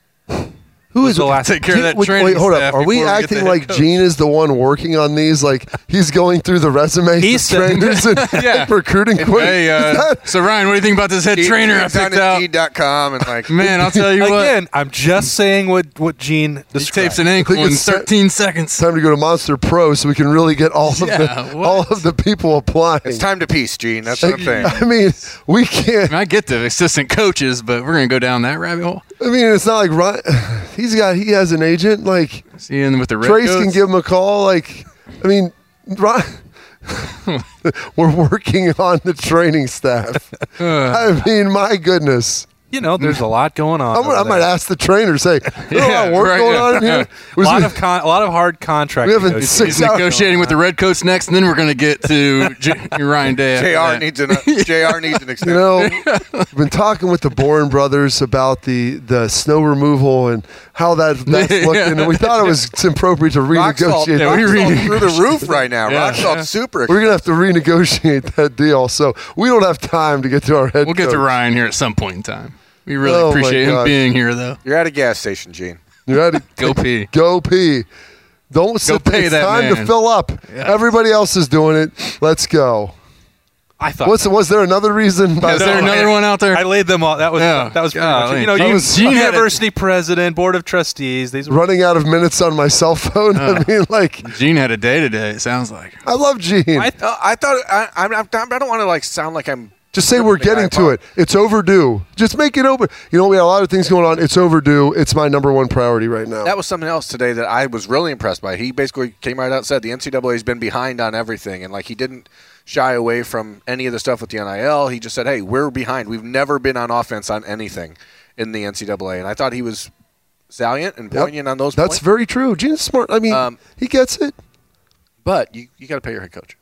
Speaker 6: Who
Speaker 2: was
Speaker 6: is
Speaker 2: the last
Speaker 3: Take care of
Speaker 6: Gene-
Speaker 3: that
Speaker 6: wait,
Speaker 3: training
Speaker 6: wait, hold
Speaker 3: staff
Speaker 6: up. Are we
Speaker 3: before we get
Speaker 6: acting
Speaker 3: the head
Speaker 6: like
Speaker 3: coach.
Speaker 6: Gene is the one working on these? Like he's going through the resumes,
Speaker 2: He
Speaker 6: of
Speaker 2: said-
Speaker 6: trainers, and
Speaker 3: Yeah.
Speaker 6: recruiting. quick.
Speaker 3: Hey, uh, so Ryan, what do you think about this head trainer I
Speaker 5: It's on
Speaker 3: picked out?
Speaker 5: Indeed.com and like
Speaker 3: Man, I'll tell you what.
Speaker 2: Again, I'm just saying what what Gene
Speaker 3: he
Speaker 2: described.
Speaker 3: tapes an ankle in
Speaker 6: it's set-
Speaker 3: 13 seconds.
Speaker 6: time to go to Monster Pro so we can really get all of
Speaker 3: Yeah,
Speaker 6: the
Speaker 3: what?
Speaker 6: all of the people applying.
Speaker 5: it's time to peace, Gene. That's what I'm saying.
Speaker 6: I mean, we can't.
Speaker 3: I, mean, I get the assistant coaches, but we're gonna go down that rabbit hole.
Speaker 6: I mean, it's not like Ryan, he's got he has an agent. Like
Speaker 3: See you in with the red
Speaker 6: Trace can
Speaker 3: coats.
Speaker 6: give him a call. Like, I mean, Ryan, we're working on the training staff. I mean, my goodness.
Speaker 2: you know, there's a lot going on.
Speaker 6: I'm,
Speaker 2: over
Speaker 6: gonna- I might
Speaker 2: there.
Speaker 6: ask the trainers. Hey, there's a lot
Speaker 3: Yeah,
Speaker 6: of work
Speaker 3: right,
Speaker 6: going
Speaker 3: yeah.
Speaker 6: on in here.
Speaker 2: a
Speaker 6: Was
Speaker 2: lot
Speaker 6: it-
Speaker 2: of con- a lot of hard contract.
Speaker 6: We haven't
Speaker 2: negotiations.
Speaker 6: six
Speaker 3: He's negotiating with the Redcoats next, and then we're going to get to J- Ryan Day. after
Speaker 5: Jr.
Speaker 3: that.
Speaker 5: needs an Jr. needs an
Speaker 6: you
Speaker 5: extension.
Speaker 6: know, I've been talking with the Bourne brothers about the, the snow removal and how that that's
Speaker 3: Yeah.
Speaker 6: looking, and we thought it was appropriate to
Speaker 5: Rock salt,
Speaker 6: renegotiate.
Speaker 3: Yeah,
Speaker 5: rock
Speaker 3: we
Speaker 5: salt
Speaker 3: renegotiated.
Speaker 5: through the roof right now.
Speaker 2: Yeah.
Speaker 5: Rock salt super.
Speaker 6: We're gonna have to renegotiate that deal, so we don't have time to get to our head.
Speaker 3: We'll get
Speaker 6: coach.
Speaker 3: to Ryan here at some point in time. We really
Speaker 6: Oh, my
Speaker 3: appreciate him
Speaker 6: gosh.
Speaker 3: being here, though.
Speaker 5: You're at a gas station, Gene.
Speaker 6: You ready?
Speaker 3: Go pee.
Speaker 6: Go pee. Don't sit.
Speaker 3: pay
Speaker 6: it's
Speaker 3: that
Speaker 6: time to
Speaker 3: man.
Speaker 6: fill up. Everybody else is doing it. Let's go.
Speaker 2: I thought
Speaker 6: What's, was there another reason? By
Speaker 3: Is there
Speaker 2: No,
Speaker 3: another
Speaker 2: I-
Speaker 3: one out there?
Speaker 2: I laid them all. That was
Speaker 3: Yeah.
Speaker 2: that was pretty
Speaker 3: Yeah,
Speaker 2: much it.
Speaker 3: I
Speaker 2: you know
Speaker 3: mean, that
Speaker 2: you,
Speaker 3: was- Gene had it.
Speaker 2: university president, board of trustees. These were
Speaker 6: running out of minutes on my cell phone?
Speaker 3: Uh.
Speaker 6: I mean, like,
Speaker 3: Gene had a day today. It sounds like.
Speaker 6: I love Gene.
Speaker 5: Uh, I thought I, I'm, I'm, I don't want to like sound like I'm.
Speaker 6: Just say we're getting to it. It's overdue. Just make it open. You know, we got a lot of things going on. It's overdue. It's my number one priority right now.
Speaker 5: That was something else today that I was really impressed by. He basically came right out and said the NCAA's been behind on everything, and like he didn't shy away from any of the stuff with the NIL. He just said, "Hey, we're behind. We've never been on offense on anything in the NCAA," and I thought he was salient and
Speaker 6: Yep.
Speaker 5: poignant on those
Speaker 6: That's
Speaker 5: points.
Speaker 6: very true. Gene's smart. I mean,
Speaker 5: Um,
Speaker 6: he gets it.
Speaker 5: but you, you got to pay your head coach.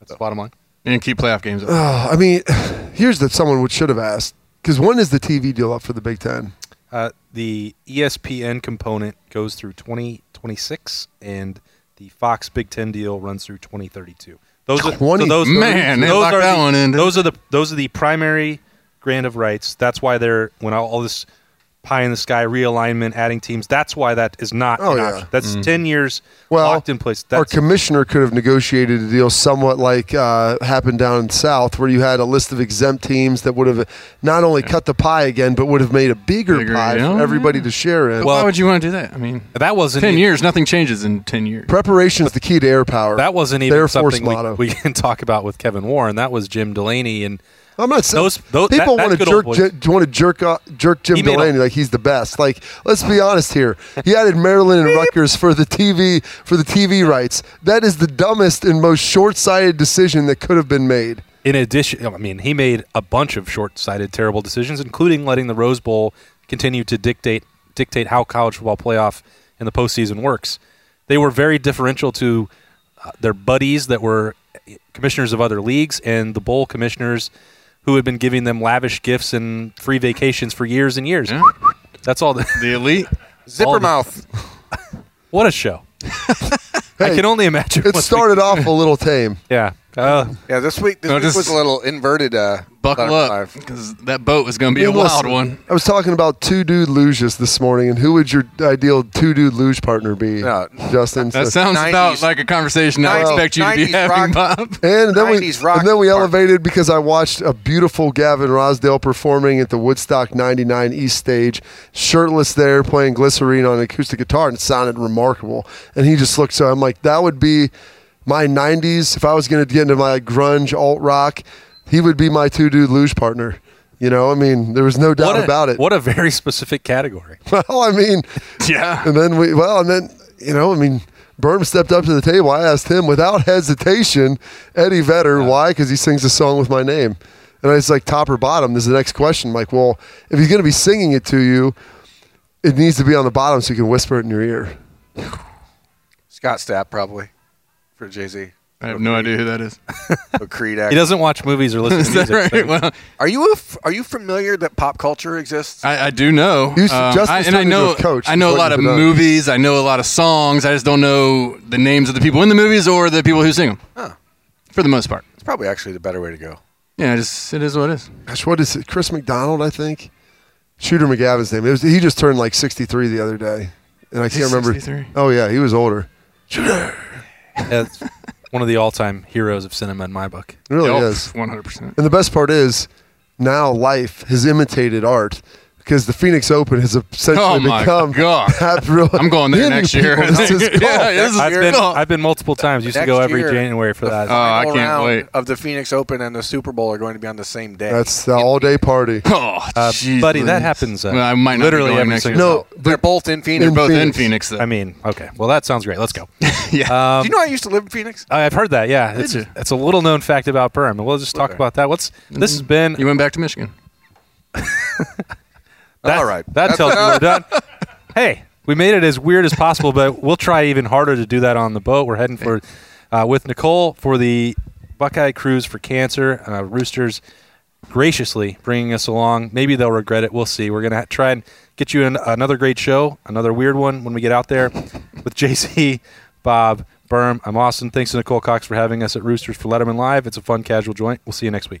Speaker 2: that's the bottom line.
Speaker 3: And keep playoff games up.
Speaker 6: Oh, I mean, here's that someone would should have asked because when is the TV deal up for the Big Ten?
Speaker 2: Uh, the ESPN component goes through 2026, and the Fox Big Ten deal runs through 2032. Those are,
Speaker 6: 20
Speaker 2: those,
Speaker 3: Man, they locked
Speaker 2: are
Speaker 3: that
Speaker 2: the,
Speaker 3: one in, didn't
Speaker 2: Those are the those are the primary grant of rights. That's why they're when all, all this pie in the sky realignment, adding teams. That's why that is not.
Speaker 6: Oh,
Speaker 2: an
Speaker 6: yeah.
Speaker 2: option. that's 10 years
Speaker 6: Well,
Speaker 2: locked in place.
Speaker 6: Our
Speaker 2: That's
Speaker 6: commissioner could have negotiated a deal somewhat like uh, happened down south, where you had a list of exempt teams that would have not only cut the pie again, but would have made a bigger,
Speaker 3: Bigger,
Speaker 6: pie
Speaker 3: yeah.
Speaker 6: for everybody to share in.
Speaker 3: Why would you want to do that? I mean,
Speaker 2: that wasn't e-,
Speaker 3: ten
Speaker 2: even-
Speaker 3: years. Nothing changes in ten years.
Speaker 6: preparation is the key to air power.
Speaker 2: That wasn't even
Speaker 6: Their force
Speaker 2: something
Speaker 6: motto.
Speaker 2: we, we can talk about with Kevin Warren. That was Jim Delaney and
Speaker 6: I'm not saying
Speaker 2: Those- those- that-
Speaker 6: people
Speaker 2: that
Speaker 6: want to
Speaker 2: good old
Speaker 6: jerk
Speaker 2: boy-
Speaker 6: J- want to jerk uh, jerk Jim
Speaker 2: He made a-
Speaker 6: Delaney like he's the best. Like let's be honest here. He added Maryland and Rutgers for the TV for the TV rights. That is the dumbest and most short-sighted decision that could have been made.
Speaker 2: in addition, I mean, he made a bunch of short-sighted, terrible decisions, including letting the Rose Bowl continue to dictate dictate how college football playoff and the postseason works. They were very differential to uh, their buddies that were commissioners of other leagues and the bowl commissioners who had been giving them lavish gifts and free vacations for years and years.
Speaker 3: Yeah.
Speaker 2: That's all. The,
Speaker 3: The elite.
Speaker 2: all
Speaker 5: Zipper
Speaker 2: the-
Speaker 5: mouth.
Speaker 2: what a show! I
Speaker 6: Hey,
Speaker 2: can only imagine.
Speaker 6: It
Speaker 2: what's be-
Speaker 6: started off a little tame.
Speaker 2: yeah. Uh,
Speaker 5: Yeah, this week this
Speaker 3: No,
Speaker 5: week
Speaker 3: just-
Speaker 5: was a little inverted. Uh,
Speaker 3: Buckle
Speaker 5: butterfly.
Speaker 3: up, because that boat is going to be a
Speaker 6: Listen,
Speaker 3: wild one.
Speaker 6: I was talking about two dude luges this morning, and who would your ideal two dude luge partner be?
Speaker 5: No.
Speaker 6: Justin.
Speaker 3: That
Speaker 6: So-
Speaker 3: sounds
Speaker 5: 90s
Speaker 3: about like a conversation I
Speaker 5: Well,
Speaker 3: expect you to be
Speaker 5: 90s
Speaker 3: having,
Speaker 5: rock-
Speaker 3: Bob.
Speaker 6: And then we
Speaker 5: 90s rock
Speaker 6: and then we
Speaker 5: part.
Speaker 6: elevated because I watched a beautiful Gavin Rosdale performing at the Woodstock '99 East Stage, shirtless there, playing Glycerine on an acoustic guitar, and it sounded remarkable. And he just looked so. I'm like, that would be my '90s if I was going to get into my grunge alt rock. He would be my two dude luge partner. You know, I mean, there was no doubt
Speaker 2: what a-
Speaker 6: about it.
Speaker 2: What a very specific category.
Speaker 6: Well, I mean,
Speaker 3: Yeah.
Speaker 6: and then we well, and then you know, I mean, Berm stepped up to the table. I asked him without hesitation, Eddie Vedder, why? Because he sings a song with my name, and I was like, top or bottom. This is the next question. I'm like, well, if he's going to be singing it to you, it needs to be on the bottom so you can whisper it in your ear.
Speaker 5: Scott Stapp probably for Jay Z.
Speaker 3: I have no idea who that is.
Speaker 5: A Creed
Speaker 2: He
Speaker 5: act.
Speaker 2: doesn't watch movies or listen
Speaker 3: is
Speaker 2: to
Speaker 3: that
Speaker 2: music.
Speaker 3: right?
Speaker 2: so he-
Speaker 3: Well,
Speaker 5: Are you af- are you familiar that pop culture exists?
Speaker 3: I, I do know. um,
Speaker 6: You- Justin's
Speaker 3: I, and
Speaker 6: turned
Speaker 3: I
Speaker 6: into
Speaker 3: know.
Speaker 6: a coach,
Speaker 3: I know
Speaker 6: is
Speaker 3: a
Speaker 6: what
Speaker 3: lot of
Speaker 6: you've done.
Speaker 3: movies. I know a lot of songs. I just don't know the names of the people in the movies or the people who sing them. For the most part.
Speaker 5: It's probably actually the better way to go.
Speaker 3: Yeah, just it is what it is.
Speaker 6: Gosh, what is it? Chris McDonald, I think. Shooter McGavin's name. It was, he just turned like 63 the other day, and I can't
Speaker 3: He's
Speaker 6: remember.
Speaker 3: 63?
Speaker 6: Oh yeah, he was older.
Speaker 2: That's one of the all-time heroes of cinema in my book.
Speaker 5: Mm.
Speaker 6: It really is.
Speaker 3: one hundred percent.
Speaker 6: And the best part is now life has imitated art because the Phoenix Open has essentially
Speaker 3: Oh my
Speaker 6: become
Speaker 3: God.
Speaker 6: that real-
Speaker 3: I'm going there
Speaker 6: Many
Speaker 3: next year.
Speaker 6: people, this is cool.
Speaker 3: yeah, this is
Speaker 2: I've
Speaker 3: cool.
Speaker 2: been, I've been multiple times. Used to go
Speaker 5: Next
Speaker 2: every
Speaker 5: year,
Speaker 2: January for that.
Speaker 3: Oh, I
Speaker 5: final
Speaker 3: can't
Speaker 5: round
Speaker 3: wait.
Speaker 5: Of the Phoenix Open and the Super Bowl are going to be on the same day.
Speaker 6: That's the all day party.
Speaker 3: Oh, jeez
Speaker 2: buddy, that
Speaker 3: Louise.
Speaker 2: happens, uh,
Speaker 3: well, I might not
Speaker 2: literally
Speaker 3: be going
Speaker 2: every
Speaker 3: next
Speaker 2: single-
Speaker 3: year.
Speaker 6: No,
Speaker 5: they're both in Phoenix.
Speaker 3: They're both in
Speaker 6: Phoenix.
Speaker 3: Phoenix. Though.
Speaker 2: I mean, okay. Well, that sounds great. Let's go.
Speaker 3: yeah.
Speaker 5: Do you know I used to live in Phoenix?
Speaker 2: I- I've heard that. Yeah, it's,
Speaker 3: you?
Speaker 2: it's a
Speaker 5: Mm-hmm.
Speaker 2: little known fact about Perm. We'll just talk about that. What's this has been?
Speaker 3: you went back to Michigan.
Speaker 5: All right.
Speaker 2: That tells you we're done. Hey, we made it as weird as possible, but we'll try even harder to do that on the boat. We're heading for uh, with Nicole for the Buckeye Cruise for Cancer. Uh, Roosters graciously bringing us along. Maybe they'll regret it. We'll see. We're gonna try and get you an, another great show, another weird one when we get out there with JC, Bob, Berm. I'm Austin. Thanks to Nicole Cox for having us at Roosters for Letterman Live. It's a fun casual joint. We'll see you next week.